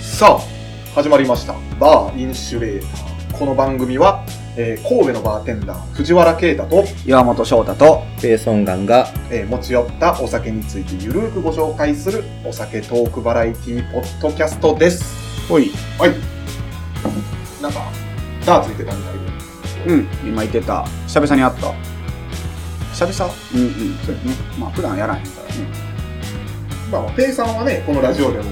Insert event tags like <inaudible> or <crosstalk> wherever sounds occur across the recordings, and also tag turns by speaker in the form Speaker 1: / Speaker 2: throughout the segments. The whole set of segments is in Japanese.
Speaker 1: さあ始まりましたバーインシュレーターこの番組は、えー神戸のバーテンダー藤原啓太と、
Speaker 2: 岩本翔太と、
Speaker 3: ペーソンガンが、
Speaker 1: えー持ち寄ったお酒についてゆるーくご紹介するお酒トークバラエティーポッドキャストです
Speaker 2: おい、
Speaker 1: はいなんかダーついてたみたいで
Speaker 2: うん、今言ってた、久々に会った。
Speaker 1: 久々
Speaker 2: うんうん、そうやね。まあ、普段やらへんからね。
Speaker 1: まあまあペイさんはねこのラジオでも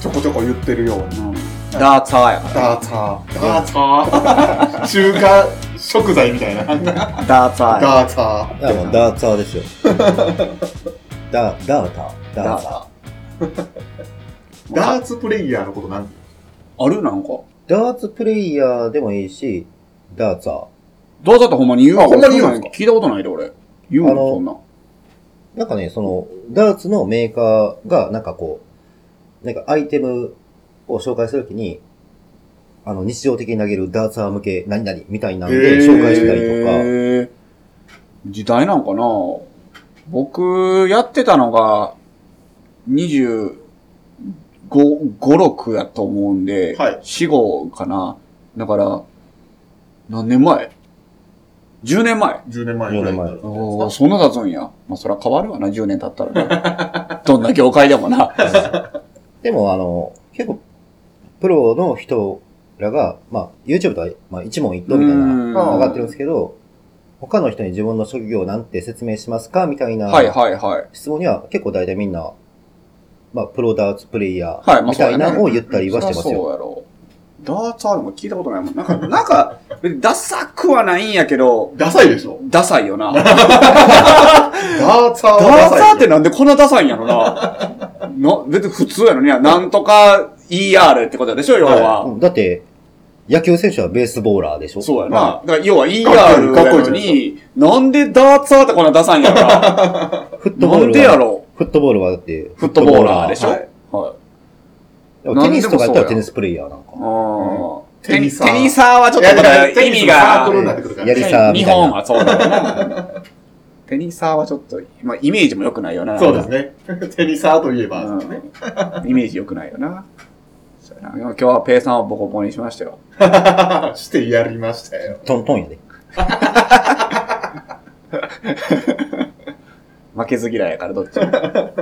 Speaker 1: ちょこちょこ言ってるように
Speaker 2: うん。ダーツァーやから
Speaker 1: ダーツァーダーツァー <laughs> 中華食材みたいな
Speaker 2: ね。ダーツァーや
Speaker 1: ダーツァー
Speaker 3: いやもうダーツァーですよ。 <laughs> ダー、ダーター、ダーツァー。
Speaker 1: ダーツプレイヤーのことなんて
Speaker 2: あるなんか。
Speaker 3: ダーツプレイヤーでもいいし、ダーツァ
Speaker 2: ダーツァーってほんまに言う
Speaker 1: あほんまに言うん
Speaker 2: な
Speaker 1: すか
Speaker 2: い聞いたことないで、俺。言うの
Speaker 3: あの
Speaker 2: そんな。
Speaker 3: ー。なんかね、その、ダーツのメーカーが、なんかこう、なんかアイテムを紹介するときに、あの、日常的に投げるダーツァー向け何々みたいなんで紹介したりとか、
Speaker 2: へー時代なんかな僕、やってたのが、25、6やと思うんで、
Speaker 1: はい
Speaker 2: 4、5かな。だから、何年前 ?10 年前
Speaker 1: 10年前ぐらいになるんじゃないです
Speaker 2: お
Speaker 1: か
Speaker 2: ーそんな経つんや。まあ、そりゃ変わるわな、10年経ったら
Speaker 3: <laughs>
Speaker 2: な。どんな業界でもな。
Speaker 3: でも、あの、結構、プロの人らが、まあ、YouTube とか、まあ、一問一答みたいな
Speaker 2: うん
Speaker 3: 上がってるんですけど、他の人に自分の職業なんて説明しますかみたいな
Speaker 2: はいはいはい。
Speaker 3: 質問には結構大体みんな、まあ、プロダーツプレイヤ
Speaker 2: はい
Speaker 3: ー
Speaker 2: まあ
Speaker 3: みたいなのを言ったり
Speaker 2: そ
Speaker 3: は
Speaker 2: り
Speaker 3: し
Speaker 2: ゃ
Speaker 3: てますよ。
Speaker 2: そうやろ。ダーツァーでも聞いたことないもん。なんか、 <laughs> なんか、別にダサくはないんやけど、
Speaker 1: ダサいでしょ
Speaker 2: ダサいよな。
Speaker 1: ダーツァーは
Speaker 2: ダー
Speaker 1: ダ
Speaker 2: サ
Speaker 1: サ
Speaker 2: ーってなんでこんなダサいんやろな。な、別に普通やのにな、なんとか ER ってことでしょ、要は。
Speaker 3: うんだって、野球選手はベースボーラーでしょ
Speaker 2: そうやな。
Speaker 3: ま
Speaker 2: だから要は ER
Speaker 1: かっこいいかっ
Speaker 2: や
Speaker 1: こいい
Speaker 2: のに、なんでダーツァーってこんなダサいんやろな。
Speaker 3: あフットボ
Speaker 2: な
Speaker 3: ールは
Speaker 2: んでやろ
Speaker 3: フットボールはだって、
Speaker 2: フットボーラーでしょ。
Speaker 3: は
Speaker 2: はいい。はい
Speaker 3: でもテニスとかや
Speaker 2: なん
Speaker 3: ったら
Speaker 2: でもそうや
Speaker 3: テニスプレイヤーなんか。
Speaker 2: あー
Speaker 1: テ
Speaker 2: テ
Speaker 1: ニ
Speaker 2: ニ
Speaker 1: サー
Speaker 2: テニサーはちょっとまだ意味
Speaker 1: サークルになっ
Speaker 2: が、
Speaker 1: てくるか
Speaker 3: や
Speaker 1: ら
Speaker 3: りテニサーみ
Speaker 2: 日
Speaker 3: たいな
Speaker 2: 本はそうだな。テニサーはちょっと、まあ、イメージも良くないよな。
Speaker 1: そうですねテニサーといえば
Speaker 2: うんイメージ良くないよな。そうやな今日はペイさんをボコボコにしましたよ。
Speaker 1: してやりましたよ
Speaker 3: トントンやで。
Speaker 2: 負けず嫌いやからどっちも。
Speaker 3: トン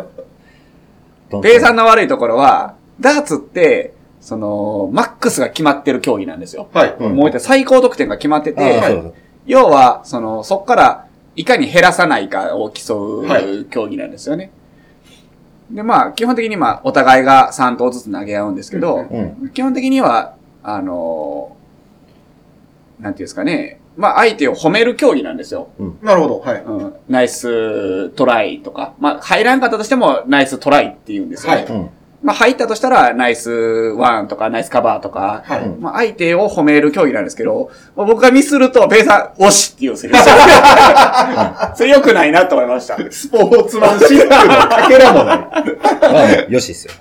Speaker 3: トン
Speaker 2: ペイさんの悪いところは、ダーツって、その、マックスが決まってる競技なんですよ。
Speaker 1: はい、
Speaker 3: うん
Speaker 2: もう一回最高得点が決まって
Speaker 3: ああ、
Speaker 2: て、
Speaker 3: そう
Speaker 2: 要は、その、そっから、いかに減らさないかを競
Speaker 1: は
Speaker 2: う競技なんですよね。で、まあ、基本的に、まあ、お互いが3投ずつ投げ合うんですけど、
Speaker 3: だ。うん。
Speaker 2: 基本的には、あのーなんていうんですかね、まあ、相手を褒める競技なんですよ。
Speaker 1: なるほどはい
Speaker 2: うん、ナイストライとか、まあ、入らんかったとしても、ナイストライって言うんですよ、ね。
Speaker 1: はい
Speaker 3: うん。
Speaker 2: まあ、入ったとしたら、ナイスワンとか、ナイスカバーとか、
Speaker 1: はい、
Speaker 3: うん
Speaker 2: まあ、相手を褒める競技なんですけど、まあ僕がミスると、ペイさん、惜しって言うんですよ。
Speaker 1: <laughs>
Speaker 2: それ良くないなと思いました。
Speaker 1: スポーツマンシップのかけらもない
Speaker 3: まあもう、よしで
Speaker 2: <laughs>
Speaker 3: すよ。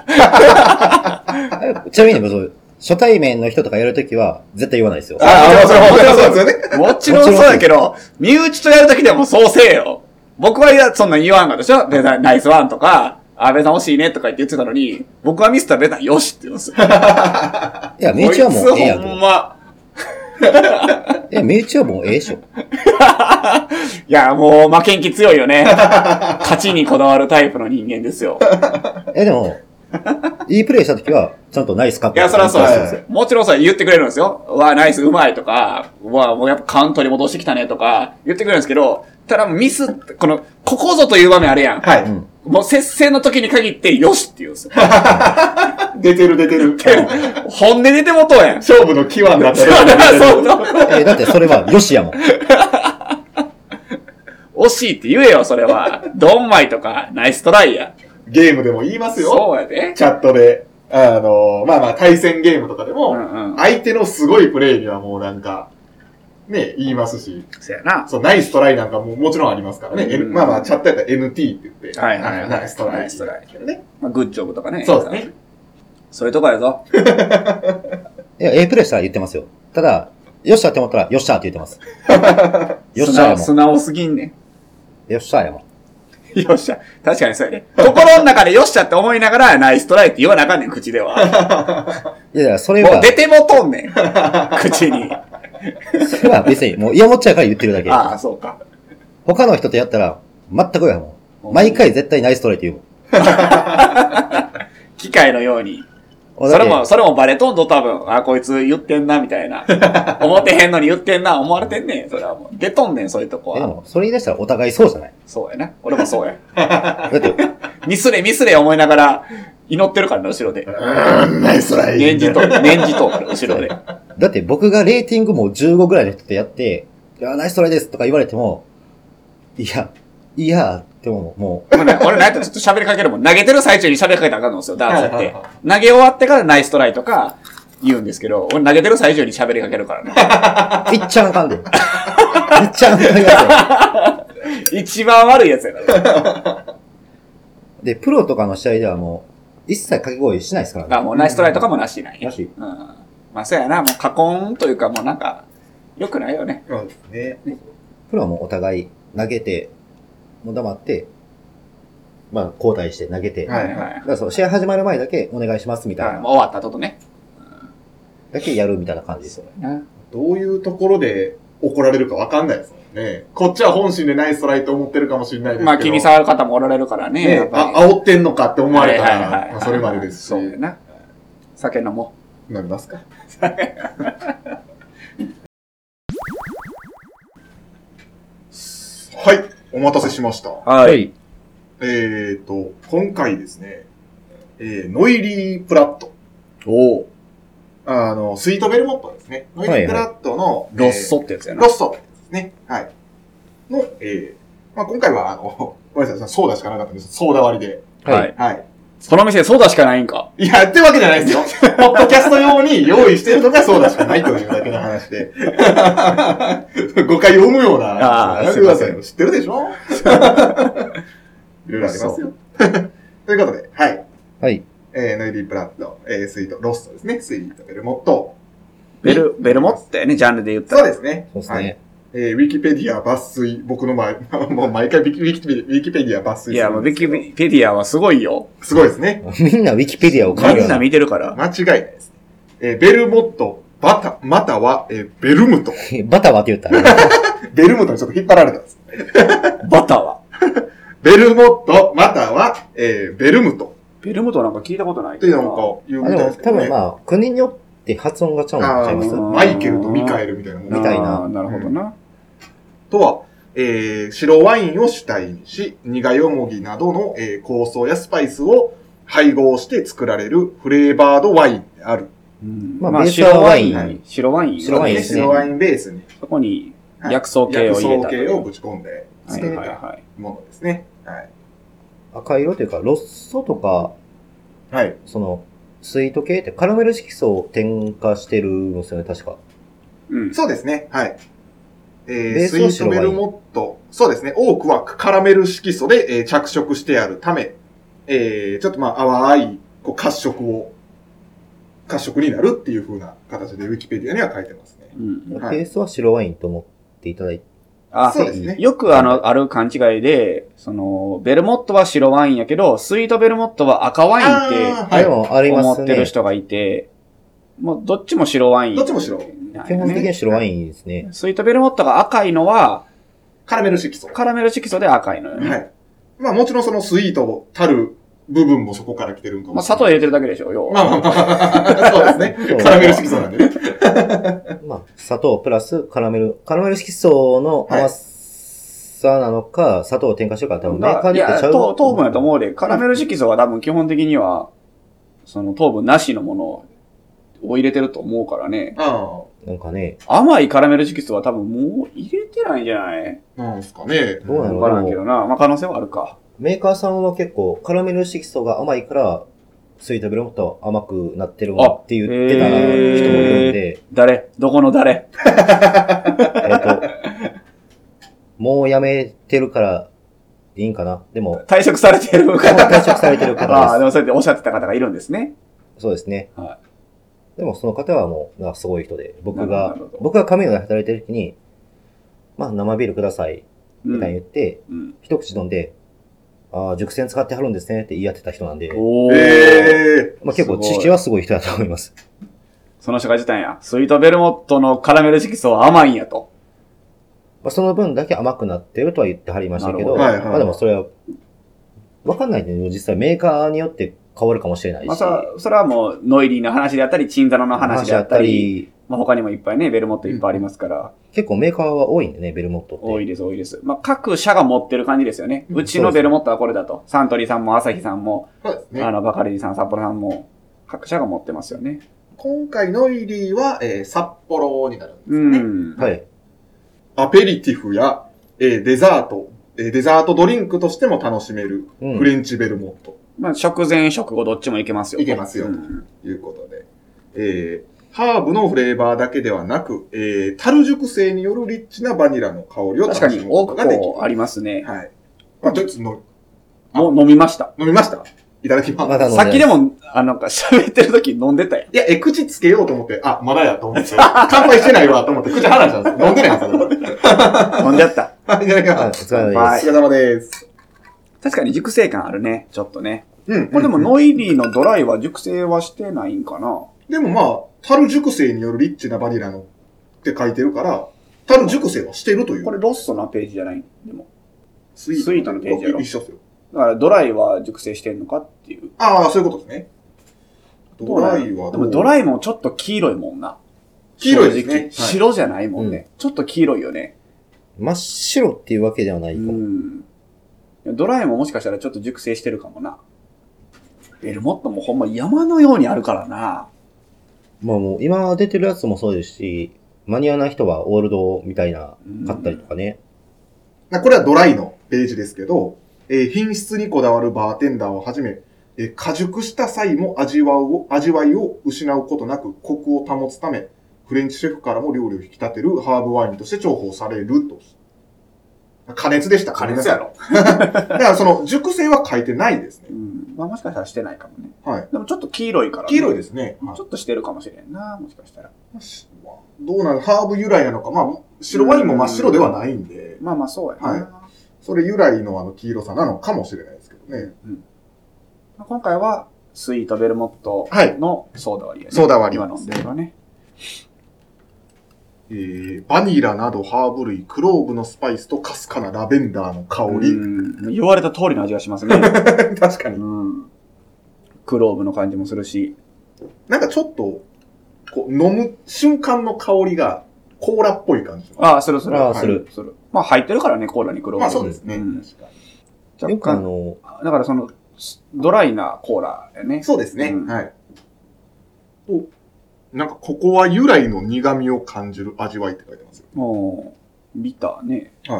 Speaker 3: ちなみに、そう、初対面の人とかやるときは、絶対言わないですよ。
Speaker 2: あ
Speaker 1: それはそうですよね
Speaker 2: もちろんそうだけど、身内とやるときでもそうせえよ。僕はいや、そんなん言わんかったでしょベザナイスワンとか、あ、ベザ欲しいねとか言って言ってたのに、僕はミスったらベザよしって言うんですよ。
Speaker 3: いや、身内はもうええやん
Speaker 2: こいつほん
Speaker 3: と。
Speaker 2: ま。
Speaker 3: いや、身内はもうええでしょ。
Speaker 2: いや、もう負けん気強いよね。 <laughs> 勝ちにこだわるタイプの人間ですよ。
Speaker 3: え、でも、いいプレイしたときは、ちゃんとナイスカップ。
Speaker 2: いや、そりゃそう
Speaker 1: はい
Speaker 2: ですよ。もちろんさ、言ってくれるんですよ。うわ、ナイス、うまいとか、うわ、もうやっぱカウントに戻してきたねとか、言ってくれるんですけど、ただミス、この、ここぞという場面あれやん。
Speaker 1: はい、
Speaker 3: うん。
Speaker 2: もう接戦の時に限って、よしって言うんですよ。
Speaker 1: 出てる出てる
Speaker 2: 本音でてもとうやん。
Speaker 1: 勝負の際になった
Speaker 2: そう
Speaker 1: ら
Speaker 2: そうそう。
Speaker 3: え、だってそれは、よしやもん。
Speaker 2: <laughs> 惜しいって言えよ、それは。ドンマイとか、ナイストライや。
Speaker 1: ゲームでも言いますよ
Speaker 2: そうやで。
Speaker 1: チャットであのまあまあ対戦ゲームとかでも、
Speaker 2: うんうん
Speaker 1: 相手のすごいプレーにはもうなんかね言いますし
Speaker 2: そやな。
Speaker 1: そう、ナイストライなんかももちろんありますからね。
Speaker 2: うん
Speaker 1: N- まあまあ、チャットやったら NT って言って。
Speaker 2: はいはいはい
Speaker 1: ナイストライ。
Speaker 2: ナイストライ
Speaker 1: ね。
Speaker 2: まあ、グッジョブとかね。
Speaker 1: そうですね。
Speaker 2: そういうとこやぞ。
Speaker 3: いや、ええプレイしたら言ってますよ。ただ、よっしゃって思ったら、
Speaker 2: <laughs>
Speaker 3: よっしゃって言ってます。よっしゃや
Speaker 2: 素直
Speaker 3: も
Speaker 2: 素直すぎんねん。
Speaker 3: ん。よっしゃやもん。
Speaker 2: よっしゃ。確かにそうやね。心の中でよっしゃって思いながら、ナイストライって言わなあかんねん、口では。
Speaker 3: いやいや、それ
Speaker 2: もう
Speaker 3: は、
Speaker 2: 出てもとんねん。口に。
Speaker 3: それは別に、もう、いやもっちゃうから言ってるだけ。
Speaker 2: ああ、そうか。
Speaker 3: 他の人とやったら、全くやもん。毎回絶対ナイストライって言う
Speaker 2: 機械のように。
Speaker 3: もん。
Speaker 2: それ
Speaker 3: だっ
Speaker 2: も、
Speaker 3: て、
Speaker 2: それもバレとんと多分、あ、こいつ言ってんな、みたい
Speaker 3: <laughs>
Speaker 2: な。思ってへんのに言ってんな、思われてんねん。それはもう。出とんねん、そういうとこ
Speaker 3: えで
Speaker 2: は。
Speaker 3: も、それ言い出したらお互いそうじゃない
Speaker 2: そうやな。俺もそうや。
Speaker 3: だって、
Speaker 2: ミスれ、ミスれ思いながら、祈ってるからな、後ろで。
Speaker 1: ナイスライ
Speaker 2: 念じと、念じと、後
Speaker 3: <laughs>
Speaker 2: ろで。
Speaker 3: だって僕がレーティングも15ぐらいの人とやって、いや、ナイストライですとか言われても、いや、いや、って思う。も
Speaker 2: 俺ね、俺なんやったらちょっと喋りかけるもん。投げてる最中に喋りかけたらあかんのですよ、ダ
Speaker 1: は
Speaker 2: ーツっ
Speaker 1: い
Speaker 2: て
Speaker 1: はいは。
Speaker 2: 投げ終わってからナイストライとか言うんですけど、俺投げてる最中に喋りかけるからな。
Speaker 3: う、いっちゃんあかんで。いっちゃんあかんや
Speaker 2: <laughs> 一番悪いやつやから。
Speaker 3: つで、プロとかの試合ではもう、一切掛け声しないですからね。
Speaker 2: あもうナイストライとかもなしなんや。
Speaker 3: なし
Speaker 2: うん。まあ、そうやな。もう過婚というか、もうなんか、良くないよね。
Speaker 1: そうですね。
Speaker 3: プロはもうお互い投げて、もう黙って、まあ、交代して投げて。
Speaker 1: はい
Speaker 3: だからそう、試合始まる前だけお願いしますみたい
Speaker 2: はい。
Speaker 3: な、
Speaker 2: もう終わった後とね。
Speaker 3: だけやるみたいな感じですよね。
Speaker 2: な
Speaker 1: どういうところで怒られるかわかんないですもんね。こっちは本心でナイスライと思ってるかもしれないですけど。
Speaker 2: まあ、気に障る方もおられるからね。や
Speaker 1: ね
Speaker 2: っ、ぱ
Speaker 1: あ
Speaker 2: り、
Speaker 1: 煽ってんのかって思われたら、
Speaker 2: はいはいはい
Speaker 1: まあそれまでですし、
Speaker 2: そうやな。酒飲も
Speaker 1: なります <laughs> かはい、お待たせしました。
Speaker 2: う。はい。
Speaker 3: い。
Speaker 1: えーと、今回ですね、えーノイリー・プラット。
Speaker 2: おお。
Speaker 1: あの、スイートベルモットですね。ノイリー・プラットの、
Speaker 2: ロッソってやつ
Speaker 1: え
Speaker 2: や
Speaker 1: ー
Speaker 2: な。
Speaker 1: ロッソですね。はい。の、えー、まあ今回は、あの、ごめんなさい、ソーダしかなかったんです。ソーダ割りで。
Speaker 3: はい。
Speaker 1: はい。
Speaker 2: その店ソーダしかないんか。
Speaker 1: いや、ってわけじゃないです
Speaker 2: <laughs>
Speaker 1: よ。ポッドキャスト用に用意してるのがそうだしかないというだけの話
Speaker 2: <laughs>
Speaker 1: で。誤解を生むような
Speaker 2: あー
Speaker 1: やめてくださいよ。知ってるでし
Speaker 2: <laughs>
Speaker 1: ょいろいろありますよ。 <laughs> ということで、はい。
Speaker 3: はい。
Speaker 1: えー、ノイリープラット、えー、スイート、ロストですね。スイート、ベルモット。
Speaker 2: ベル、ベルモットやね、ジャンルで言った
Speaker 1: そう
Speaker 2: ら。
Speaker 1: ですね。
Speaker 3: そうです
Speaker 1: はい。
Speaker 3: ね。
Speaker 1: えー、ウィキペディア抜粋。僕の前、 <laughs> もう毎回ウィキウィキペディウィキペディア抜粋
Speaker 2: いや、もうウィキ
Speaker 1: ィ
Speaker 2: ペディアはすごいよ。
Speaker 1: すごいですね。
Speaker 3: みんなウィキペディアを買う
Speaker 2: み
Speaker 3: ようん
Speaker 2: な
Speaker 3: な。
Speaker 2: 見てるから。
Speaker 1: 間違いないですね。えー、ベルモット、バタ、または、えー、ベルムト。
Speaker 3: バタはって言ったら、
Speaker 1: ベルモットにちょっと引っ張られたんです。
Speaker 2: バターは。
Speaker 1: ベルモット、または、えー、ベルムト
Speaker 2: ベルムトなんか聞いたことない
Speaker 1: というのを言う
Speaker 3: あ
Speaker 1: み
Speaker 3: で
Speaker 1: たい
Speaker 3: も
Speaker 1: ですけど
Speaker 3: 多
Speaker 1: ね。
Speaker 3: 分まあ、国によって発音がちゃうんちゃいま
Speaker 1: あ
Speaker 3: す
Speaker 1: ーマイケルとミカエルみたいなもん
Speaker 3: あーみたいな
Speaker 2: なるほどな。
Speaker 1: とは、えー白ワインを主体にし、苦よもぎなどの、えー香草やスパイスを配合して作られるフレーバードワインである。
Speaker 2: うん
Speaker 3: まあ
Speaker 2: まあ、
Speaker 3: ベース
Speaker 2: 白
Speaker 3: は
Speaker 2: ワイ
Speaker 3: ワイ
Speaker 2: ン。白ワイン。
Speaker 3: 白ワインですね
Speaker 1: 白ワインベースに
Speaker 2: そこに
Speaker 1: はい
Speaker 2: 薬草系
Speaker 1: 薬
Speaker 2: を入れた
Speaker 1: 草
Speaker 2: と
Speaker 1: 系
Speaker 2: いう。
Speaker 1: をぶち込んで作
Speaker 2: はい
Speaker 1: れ
Speaker 2: はい
Speaker 1: た
Speaker 2: はい。
Speaker 1: ものですね。はい。
Speaker 3: 赤色というか、ロッソとか、
Speaker 1: はい。
Speaker 3: その、スイート系ってカラメル色素を添加してるんですよね、確か。
Speaker 2: うん。
Speaker 1: そうですね。はい。え
Speaker 3: ベ
Speaker 1: ー、
Speaker 3: ー
Speaker 1: ス
Speaker 3: ス
Speaker 1: イ
Speaker 3: は
Speaker 1: ート
Speaker 3: 白ワ
Speaker 1: ベ
Speaker 3: イン
Speaker 1: ルモット。そうですね。多くはカラメル色素で、えー着色してあるため、えー、ちょっとまあ、淡いこう褐色を、褐色になるっていう風な形でウィキペディアには書いてますね。
Speaker 2: うん
Speaker 1: はい
Speaker 3: ベースは白ワインと思っていただいて、
Speaker 2: あ
Speaker 1: そうですね。
Speaker 2: よくあの、ある勘違いで、その、ベルモットは白ワインやけど、スイートベルモットは赤ワインっ
Speaker 1: あー
Speaker 2: て
Speaker 1: はい
Speaker 3: でもありま
Speaker 2: 思
Speaker 3: す
Speaker 2: ってる
Speaker 3: ね。
Speaker 2: 人がいて、もうどっちも白ワイン。
Speaker 1: どっちも白。
Speaker 2: なんやね
Speaker 3: 基本的に白ワインですね。
Speaker 2: スイートベルモットが赤いのは、
Speaker 1: カラメル色素。は
Speaker 2: カラメル色素で赤いのよね。
Speaker 1: い。まあ、もちろんそのスイートたる部分もそこから来てるんかも
Speaker 2: まあ、
Speaker 1: しれ
Speaker 2: 砂
Speaker 1: な
Speaker 2: 糖
Speaker 1: い。
Speaker 2: 入れてるだけでしょ、要は。
Speaker 1: まあまあまあ、そうです
Speaker 3: そう
Speaker 1: ね。カラメル色素なんでね。
Speaker 3: まあ、砂糖プラスカラメル。カラメル色素の甘さなのか、砂糖を添加してるから多分メーカー
Speaker 2: い
Speaker 3: によって
Speaker 2: や、
Speaker 3: ちゃう。
Speaker 2: 糖糖分やと思うで、カラメル色素は多分基本的には、その糖分なしのものを入れてると思うからね。
Speaker 1: あ
Speaker 3: なんかね、
Speaker 2: 甘いカラメル色素は多分もう入れてないんじゃない
Speaker 1: あ、なんすかね。
Speaker 3: どうなの
Speaker 2: わからんけどな。まあ、可能性はあるか。
Speaker 3: メーカーさんは結構カラメル色素が甘いから、スイートベルモットは甘くなってるわって言ってた人もいるんで、
Speaker 2: 誰どこの誰
Speaker 3: えっ、と、もうやめてるからいいんかな。でも、もう
Speaker 2: 退職されてる方。
Speaker 3: 退職されてる
Speaker 2: <laughs> ああ、で
Speaker 3: 方で
Speaker 2: もそうやっておっしゃってた方がいるんですね。
Speaker 3: す。そうですね。
Speaker 2: は
Speaker 3: でもその方はもう、なんかすごい人で、僕
Speaker 2: な
Speaker 3: が
Speaker 2: るほど、
Speaker 3: 僕が神野で働いてる時に、まあ生ビールください、
Speaker 2: う
Speaker 3: みたいに
Speaker 2: ん
Speaker 3: 言って、
Speaker 2: うん
Speaker 3: 一口飲んで、ああ、熟成使ってはるんですねって言い当てた人なんで、
Speaker 2: おー
Speaker 1: え
Speaker 3: まあ、結構知識はすごい人だと思います。
Speaker 2: その人が言ってたんや。スイートベルモットのカラメル色素は甘いんやと。
Speaker 3: まあ、その分だけ甘くなってるとは言ってはりましたけ
Speaker 1: るほ
Speaker 2: な
Speaker 3: ど、
Speaker 1: どはいはい
Speaker 3: まあでもそれは、わかんないんで、実際メーカーによって変わるかもしれないし。
Speaker 2: まあ、さそれはもう、ノイリーの話であったり、チンザロの話であったり、まあ、他にもいっぱいね、ベルモットいっぱいありますから、
Speaker 3: 結構メーカーは多いんでね、ベルモットって。
Speaker 2: 多いです、多いです。まあ、各社が持ってる感じですよね。
Speaker 1: うん
Speaker 2: うちのベルモットはこれだと。サントリーさんも、アサヒさんも、
Speaker 1: ーそうですね
Speaker 2: あ。の、バカリーさん、札幌さんも、各社が持ってますよね。
Speaker 1: 今回ノイリーは、えー札幌になるんです
Speaker 2: う
Speaker 1: ね。
Speaker 2: ん。
Speaker 3: はい。
Speaker 1: アペリティフや、えーデザート、えーデザートドリンクとしても楽しめる
Speaker 3: うん
Speaker 1: フレンチベルモット
Speaker 2: まあ、食前、食後、どっちもいけますよ。
Speaker 1: いけますよ
Speaker 2: うん
Speaker 1: ということで、えーハーブのフレーバーだけではなく、えー、樽熟成によるリッチなバニラの香りを
Speaker 2: 確か
Speaker 1: 楽
Speaker 2: に
Speaker 1: し、むこ
Speaker 2: 多
Speaker 1: と
Speaker 2: く
Speaker 1: ができる
Speaker 2: こ。うありますね。
Speaker 1: はい。まあ、ドイツの
Speaker 2: もう飲みました。
Speaker 1: 飲みましたいただきます。
Speaker 3: まだ飲ん
Speaker 2: さっきでも、あの、なんか喋ってる時飲んでたやん。
Speaker 1: いや、え、口つけようと思って、あ、まだやと思って、乾杯してないわと思って、口離したんですよ。飲んでないんですよ。
Speaker 2: <laughs>
Speaker 1: だ
Speaker 2: 飲んじゃった。
Speaker 1: からはい、いただき
Speaker 3: はい、お
Speaker 1: ます。
Speaker 3: 疲れ様
Speaker 2: は
Speaker 3: で
Speaker 1: お疲れ
Speaker 2: い
Speaker 1: 様です。
Speaker 2: 確かに熟成感あるね。ちょっとね。
Speaker 1: うん。
Speaker 2: これでも
Speaker 1: うん
Speaker 2: ノイリーのドライは熟成はしてないんかな。
Speaker 1: でもまあ、樽熟成によるリッチなバニラのって書いてるから、樽熟成はしてるという。
Speaker 2: これロッソのページじゃないでも。
Speaker 1: ス
Speaker 2: スイートのページやろ
Speaker 1: 一緒ですよ。
Speaker 2: だからドライは熟成してんのかっていう。
Speaker 1: ああ、そういうことですね。ドライは
Speaker 2: でもドラ
Speaker 1: イ。
Speaker 2: イもちょっと黄色いもんな。
Speaker 1: 黄色いですね
Speaker 2: 正直
Speaker 1: はい
Speaker 2: 白じゃないもんね、ちょっと黄色いよね。
Speaker 3: す。真っ白っていうわけではな
Speaker 2: う
Speaker 3: いかも。
Speaker 2: ん。ドライももしかしたらちょっと熟成してるかもな。ベルモットもほんま山のようにあるからな。
Speaker 3: まあもう、今出てるやつもそうですし、マニアな人はオールドみたいな、買ったりとかね。
Speaker 1: なこれはドライのページですけど、えー品質にこだわるバーテンダーをはじめ、えー過熟した際も味わうを、味わいを失うことなくコクを保つため、フレンチシェフからも料理を引き立てるハーブワインとして重宝されると。加熱でした。
Speaker 2: 加熱やろ。
Speaker 1: だからその熟成は書いてないですね
Speaker 2: う。ん。まあもしかしたらしてないかもね。
Speaker 1: はい。
Speaker 2: でもちょっと黄色いから、。
Speaker 1: 黄色いですすね。はい
Speaker 2: ちょっとしてるかもしれんな、もしかしたら。
Speaker 1: どうなのハーブ由来なのか。まあ、白ワインも真っ白ではないんで、
Speaker 2: まあまあそうやな。
Speaker 1: はいそれ由来のあの黄色さなのかもしれないですけどね。
Speaker 2: うんまあ今回は、スイートベルモット
Speaker 1: はい
Speaker 2: のソーダ割りやね。
Speaker 1: ソーダ割り
Speaker 2: 今飲んでるのね。
Speaker 1: えーバニラなどハーブ類、クローブのスパイスとかすかなラベンダーの香り。
Speaker 2: うん言われた通りの味がしますね。
Speaker 1: <laughs> 確か
Speaker 2: う
Speaker 1: に。
Speaker 2: ん。クローブの感じもするし。
Speaker 1: なんかちょっと、こう、飲む瞬間の香りが、コーラっぽい感じ。
Speaker 2: ああ、するする。
Speaker 3: ああ
Speaker 2: はい
Speaker 3: する。
Speaker 2: する。まあ入ってるからね、コーラにクローブ。
Speaker 1: まあそうですね。
Speaker 2: うん
Speaker 1: 確かに
Speaker 3: よ
Speaker 2: 若
Speaker 3: くあ
Speaker 2: 干、
Speaker 3: の、
Speaker 2: だからその、ドライなコーラやね。
Speaker 1: そうですね。
Speaker 2: うん
Speaker 1: はい。お、なんかここは由来の苦味を感じる味わいって書いてますよ。
Speaker 2: もう、ビターね。
Speaker 1: はい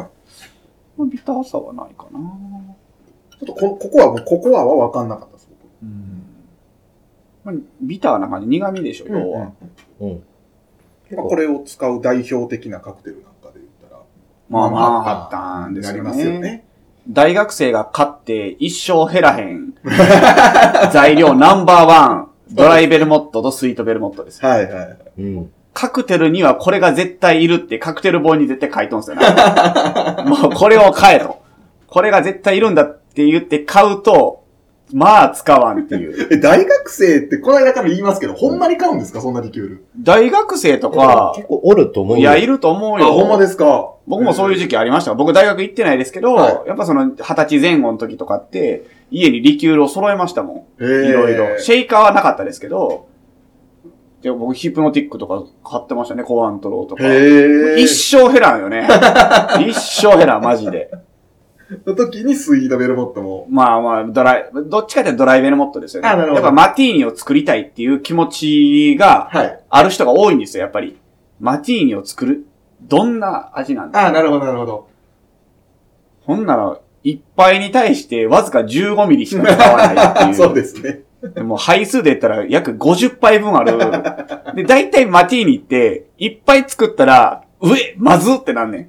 Speaker 2: まあ。ビターさはないかな。
Speaker 1: ちょっとこ、ここはもう、ここはは分かんなかったです、僕。
Speaker 2: まあ、ビターな感じ、苦味でしょ、要は。
Speaker 3: うん。
Speaker 1: まあ、これを使う代表的なカクテルなんかで言ったら、
Speaker 2: ま
Speaker 1: ま
Speaker 2: あ、マ
Speaker 1: あ
Speaker 2: ンハッタンです
Speaker 1: なり
Speaker 2: よ
Speaker 1: ますよ
Speaker 2: ね。
Speaker 1: ね。
Speaker 2: 大学生が買って一生減らへん材料ナンバーワン。ドライベルモットとスイートベルモットです。
Speaker 1: はいはいはい。
Speaker 3: うん。
Speaker 2: カクテルにはこれが絶対いるってカクテル本に絶対書いとんすよ
Speaker 1: <laughs>
Speaker 2: な。もうこれを買えと。これが絶対いるんだって言って買うと、まあ使わんっていう。
Speaker 1: え、大学生ってこの間から言いますけど、ほんまに買うんですかそんなリキュール。
Speaker 2: 大学生とか、
Speaker 3: 結構おると思う
Speaker 2: い
Speaker 3: よ。
Speaker 2: や、いると思う
Speaker 1: あ、
Speaker 2: よ。
Speaker 1: ほんまですか
Speaker 2: 僕もそういう
Speaker 1: 期
Speaker 2: 時期ありました。僕大学行ってないですけど、
Speaker 1: は
Speaker 2: やっぱその二十歳前後の時とかって、家にリキュールを揃えましたも
Speaker 1: い
Speaker 2: ん。いろいろ。
Speaker 1: シェ
Speaker 2: シェイカーはなかったですけど、で僕ヒプノティックとか買ってましたね、コアントローとか。
Speaker 1: へえ。
Speaker 2: 一生減らんよね。 <laughs> 一生減らん、マジで。
Speaker 1: の時にスイートベルモットも。
Speaker 2: まあまあ、ドライ、どっちかってドライベルモットですよね。
Speaker 1: あなるほど
Speaker 2: やっぱマティーニを作りたいっていう気持ちが
Speaker 1: はい。
Speaker 2: ある人が多いんですよ、やっぱり。マティーニを作る。どんな味なんだ
Speaker 1: あ、なるほど、なるほど。
Speaker 2: ほんなら、一杯に対してわずか15ミリしか使わないっていう。
Speaker 1: <laughs> そうですね。
Speaker 2: でも配数で言ったら約50杯分
Speaker 1: <laughs>
Speaker 2: ある。で、大体マティーニって、一杯作ったら、うえ、まずってなんね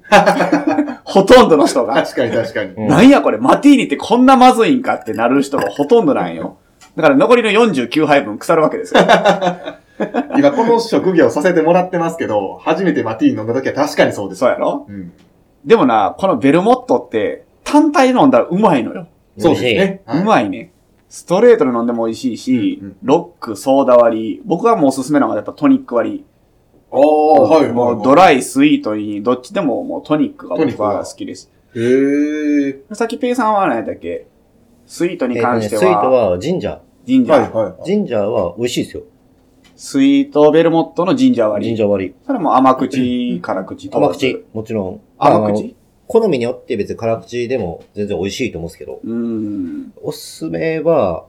Speaker 1: <laughs>
Speaker 2: ん。ほとんどの人が。
Speaker 1: 確かに確かに。
Speaker 3: うん
Speaker 2: なんやこれ、マティーニってこんなまずいんかってなる人がほとんどなんよ。だから残りの49杯分腐るわけですよ。
Speaker 1: 今この職業させてもらってますけど、初めてマティーン飲んだ時は確かにそうです。
Speaker 2: そうやろ
Speaker 1: うん。
Speaker 2: でもな、このベルモットって単体で飲んだらうまいのよ。
Speaker 1: そうですね。はいう
Speaker 2: まいね。ストレートで飲んでも美味しいし、
Speaker 1: うんうん
Speaker 2: ロック、ソーダ割り、僕はもうおすすめなのがやっぱトニック割り。
Speaker 1: ああ、はい、はい。
Speaker 2: もうドライ、スイートに、どっちでももうトニックが
Speaker 1: トニッ
Speaker 2: 僕
Speaker 1: クが
Speaker 2: は好きです。
Speaker 1: へえ。
Speaker 2: さきペイさんは何だっけスイートに
Speaker 3: えっと
Speaker 2: 関
Speaker 3: ね、
Speaker 2: し
Speaker 3: ス
Speaker 2: て
Speaker 3: イ
Speaker 2: は、
Speaker 3: ートはジンジャ
Speaker 2: ジンジャ
Speaker 1: は
Speaker 2: ー、
Speaker 1: い、は
Speaker 3: ー。
Speaker 1: い。
Speaker 3: ジンジャーは美味しいですよ。
Speaker 2: スイートベルモットのジンジャー割
Speaker 3: ジン
Speaker 2: り。
Speaker 3: ジャー割り。
Speaker 2: それも甘口、辛口と。
Speaker 3: 甘口。もちろん。
Speaker 2: 甘
Speaker 3: あの
Speaker 2: 口
Speaker 3: 好みによって別に辛口でも全然美味しいと思うんですけど。
Speaker 2: うーん。
Speaker 3: おすすめは、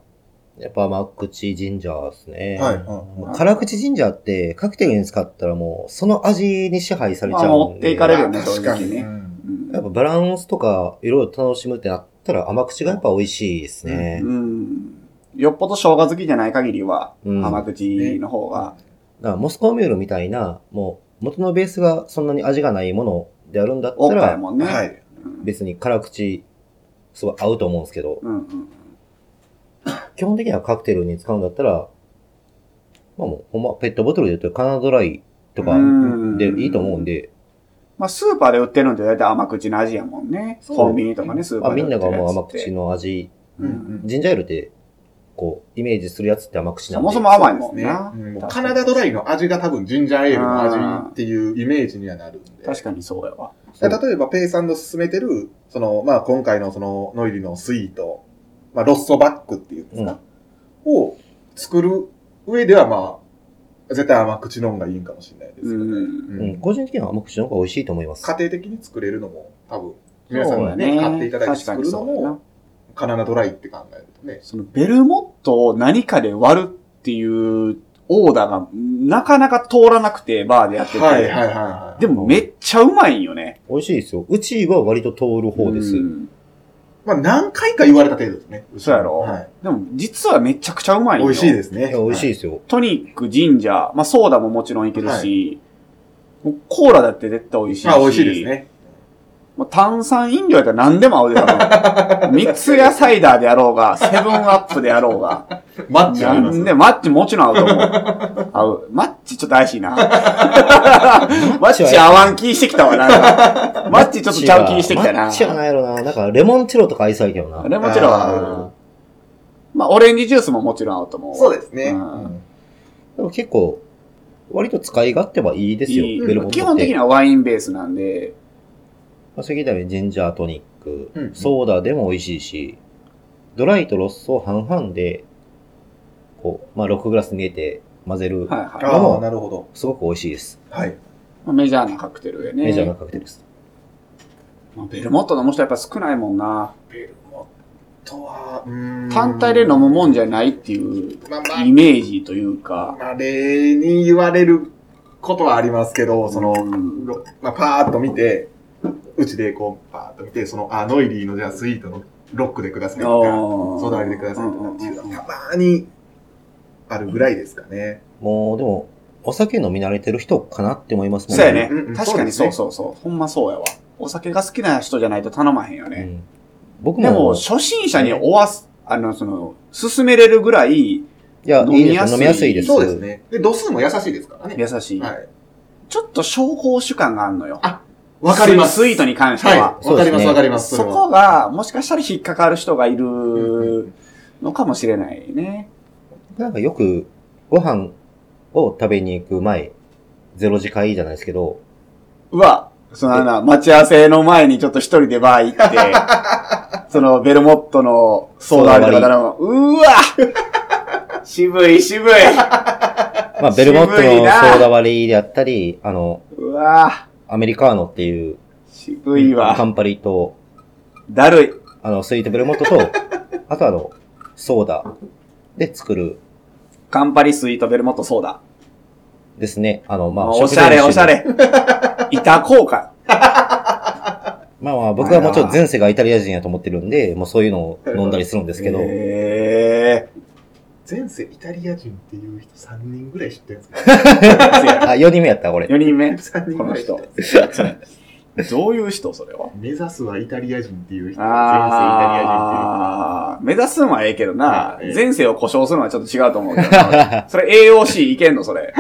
Speaker 3: やっぱ甘口ジンジャーですね。
Speaker 1: はい、はい。
Speaker 3: 辛口ジンジャーってカクテルに使ったらもうその味に支配されちゃうんで
Speaker 2: まあ持っていかれるよね
Speaker 1: あ確かに
Speaker 2: 正直ね
Speaker 1: うん
Speaker 2: うん
Speaker 3: やっぱバランスとかいろいろ楽しむってなったら甘口がやっぱ美味しいですね。
Speaker 2: うん。よっぽど生姜好きじゃない限りは、
Speaker 3: うん
Speaker 2: 甘口の方が。
Speaker 3: だからモスコーミュールみたいな、もう元のベースがそんなに味がないものであるんだっ
Speaker 2: おったぱい
Speaker 3: ら、
Speaker 2: もんね。
Speaker 1: はい。
Speaker 3: 別に辛口、すごい合うと思うんですけど、
Speaker 2: うんうん。
Speaker 3: 基本的にはカクテルに使うんだったら、まあもう、ほんま、ペットボトルで言うとカナドライとか
Speaker 2: うん
Speaker 3: でいいと思うんで、
Speaker 2: まあ、スーパーで売ってるのって大体甘口の味やもんね。
Speaker 3: そう
Speaker 2: コンビニとかね、スーパ
Speaker 3: まあ
Speaker 2: ー
Speaker 3: み
Speaker 2: で売っ
Speaker 3: ん
Speaker 2: て
Speaker 3: な
Speaker 2: るやつって。
Speaker 3: がもう甘口の味、
Speaker 1: う
Speaker 2: うんん
Speaker 1: うん
Speaker 3: ジンジャーエールって、こう、イメージするやつって甘口な
Speaker 2: そ
Speaker 3: んで。
Speaker 2: もそも甘い
Speaker 1: で
Speaker 2: も
Speaker 1: す
Speaker 2: ん
Speaker 1: ね
Speaker 2: な。
Speaker 1: うんもうカナダドライの味が多分ジンジャーエールの味っていうイメージにはなるんで。
Speaker 2: 確かにそうやわ。
Speaker 3: そう
Speaker 1: 例えば、ペイさんの勧めてる、その、まあ、今回のその、ノイリのスイート、まあ、ロッソバックっていうんですか、を作る上では、まあ、絶対甘口の方がいいんかもしれないですよね。
Speaker 2: うん
Speaker 3: う
Speaker 1: うん
Speaker 3: ん、個人的には甘口の方が美味しいと思います。
Speaker 1: 家庭的に作れるのも、多分、皆さんが
Speaker 2: そう
Speaker 1: ね、
Speaker 2: や
Speaker 1: 買っていただいて
Speaker 2: 確か
Speaker 1: 作
Speaker 2: に
Speaker 1: る
Speaker 2: そ
Speaker 1: の
Speaker 2: うやな
Speaker 1: も、カナダドライって考えるとね。
Speaker 2: そのベルモットを何かで割るっていうオーダーがなかなか通らなくて、バーでやってて。
Speaker 1: はいはいはいはい。
Speaker 2: でもめっちゃうまいんよね。
Speaker 3: 美味しいですよ。うちは割と通る方です。
Speaker 2: うん
Speaker 1: まあ、何回か言われた程度ですね。
Speaker 2: 嘘やろ
Speaker 1: はい。
Speaker 2: でも実はめちゃくちゃうまいん
Speaker 1: 美
Speaker 2: よ。
Speaker 1: 味しい
Speaker 2: す。
Speaker 1: ですね。
Speaker 3: いや美味しい
Speaker 1: い。
Speaker 3: ですよ。
Speaker 2: トニック、ジンジャー、まあソーダももちろんいけるし、もうコーラだって絶対美味しいし。
Speaker 1: あ、美味しいです。ね。
Speaker 2: もう炭酸飲料やったら何でも合うで
Speaker 1: <laughs>
Speaker 2: 多分三ツ矢サイダーであろうが、セブンアップであろうが。
Speaker 1: マッチあり
Speaker 2: な
Speaker 1: ます
Speaker 2: んで、マッチもちろん合うと思
Speaker 3: <laughs>
Speaker 2: う。合う。マッチちょっと怪しいな。マッチ合わん気してきたわ、なんか。マッチちょっとちゃう気してきた
Speaker 3: マ
Speaker 2: な
Speaker 3: ッ。チはないやろな。なんか、レモンチェロとか合いそうやけどな
Speaker 2: あ。れもちろん合う。まあ、オレンジジュースももちろん合うと思う。
Speaker 1: そうですね。
Speaker 2: うん
Speaker 1: うん
Speaker 3: でも結構、割と使い勝手はいいですよ。
Speaker 2: いい
Speaker 3: ベルボットって。
Speaker 2: 基本的にはワインベースなんで、
Speaker 3: まあ、先ほど言ったようにジンジャートニック、
Speaker 1: うんうん
Speaker 3: ソーダでも美味しいし、ドライとロッソを半々で、こう、まあ、6グラスに入れて混ぜる、
Speaker 2: はいはい
Speaker 3: で
Speaker 1: ああ、
Speaker 3: も
Speaker 1: なるほど。
Speaker 3: すごく美味しいです。
Speaker 1: はい。
Speaker 2: まあメジャーなカクテルでね。
Speaker 3: メジャーなカクテルです。
Speaker 2: まあベルモット飲む人やっぱ少ないもんな。
Speaker 1: ベルモットは、うーん
Speaker 2: 単体で飲むもんじゃないっていう
Speaker 1: まあ
Speaker 2: イメージというか。
Speaker 1: まあ、例に言われることはありますけど、その、
Speaker 2: うん
Speaker 1: ろまあ、パーッと見て、うちでこう、パーッと見て、その、あ、ノイリーのじゃあスイートのロックでくださいとか、
Speaker 2: おー
Speaker 1: ソーダ入れてくださいとかっていう
Speaker 2: うんう
Speaker 1: の
Speaker 2: んうん
Speaker 1: は、たまーにあるぐらいですかね。
Speaker 3: もう、でも、お酒飲み慣れてる人かなって思いますもん
Speaker 2: そうやね
Speaker 1: うんうん。
Speaker 2: 確かにそう
Speaker 1: そ
Speaker 2: そうそう。ほんまそうやわ。お酒が好きな人じゃないと頼まへんよ
Speaker 3: う
Speaker 2: ね。
Speaker 3: ん僕
Speaker 2: で
Speaker 3: も、
Speaker 2: も、初心者におわす、あの、その、勧めれるぐらい
Speaker 3: いや、
Speaker 2: 飲
Speaker 3: いい
Speaker 2: み
Speaker 3: で
Speaker 2: やすい
Speaker 3: すよ。飲みやすいです。
Speaker 1: そうです。ね。で、度数も優しいですからね。
Speaker 2: 優しい。
Speaker 1: はい。
Speaker 2: ちょっと商法主感があるのよ。
Speaker 1: あわかります。
Speaker 2: スイートに関しては。
Speaker 1: はい。わかります、わかります。
Speaker 2: そ
Speaker 1: れは
Speaker 2: こが、もしかしたら引っかかる人がいる
Speaker 1: ん
Speaker 2: のかもしれないね。
Speaker 3: なんかよく、ご飯を食べに行く前、ゼロ次会じゃないですけど、
Speaker 2: うわ、そのな、待ち合わせの前にちょっと一人でバー行
Speaker 1: <laughs>
Speaker 2: って、そのベルモットのソーダ割りとか頼む。うわ <laughs> 渋い渋い。
Speaker 3: まあ、ベルモットのソ
Speaker 2: 渋いな
Speaker 3: ーダ割りであったり、あの、
Speaker 2: うわ
Speaker 3: アメリカーノっていう、
Speaker 2: 渋い
Speaker 3: カ
Speaker 2: わ。
Speaker 3: ンパリと、
Speaker 2: だるい。
Speaker 3: あの、スイートベルモットと、あとあの、ソーダで作る
Speaker 2: カンパリスイートベルモットソーダ。
Speaker 3: ですね。あの、まあ、
Speaker 2: おしゃれ
Speaker 3: 食事
Speaker 2: おしゃ
Speaker 3: 一緒に。
Speaker 2: れ。板効果。
Speaker 3: まあまあ、僕はもうちょっと前世がイタリア人やと思ってるんで、もうそういうのを飲んだりするんですけど、
Speaker 2: え
Speaker 1: 前世イタリア人っていう人3人ぐらい知ってるんですか
Speaker 2: ー、
Speaker 3: あ、4人目やった、これ。
Speaker 2: 4人目
Speaker 1: ?3 人ぐ
Speaker 2: この
Speaker 1: らい知
Speaker 2: 人 <laughs>
Speaker 1: ってる。。
Speaker 2: どういう人それは。
Speaker 1: 目指すはイタリア人っていう人。前世イタリア人っていう人。
Speaker 2: あー、目指すんはええけどな、
Speaker 1: ええ
Speaker 2: 前世を故障するのはちょっと違うと思うけど
Speaker 3: <laughs>
Speaker 2: なそれ AOC いけんのそれ。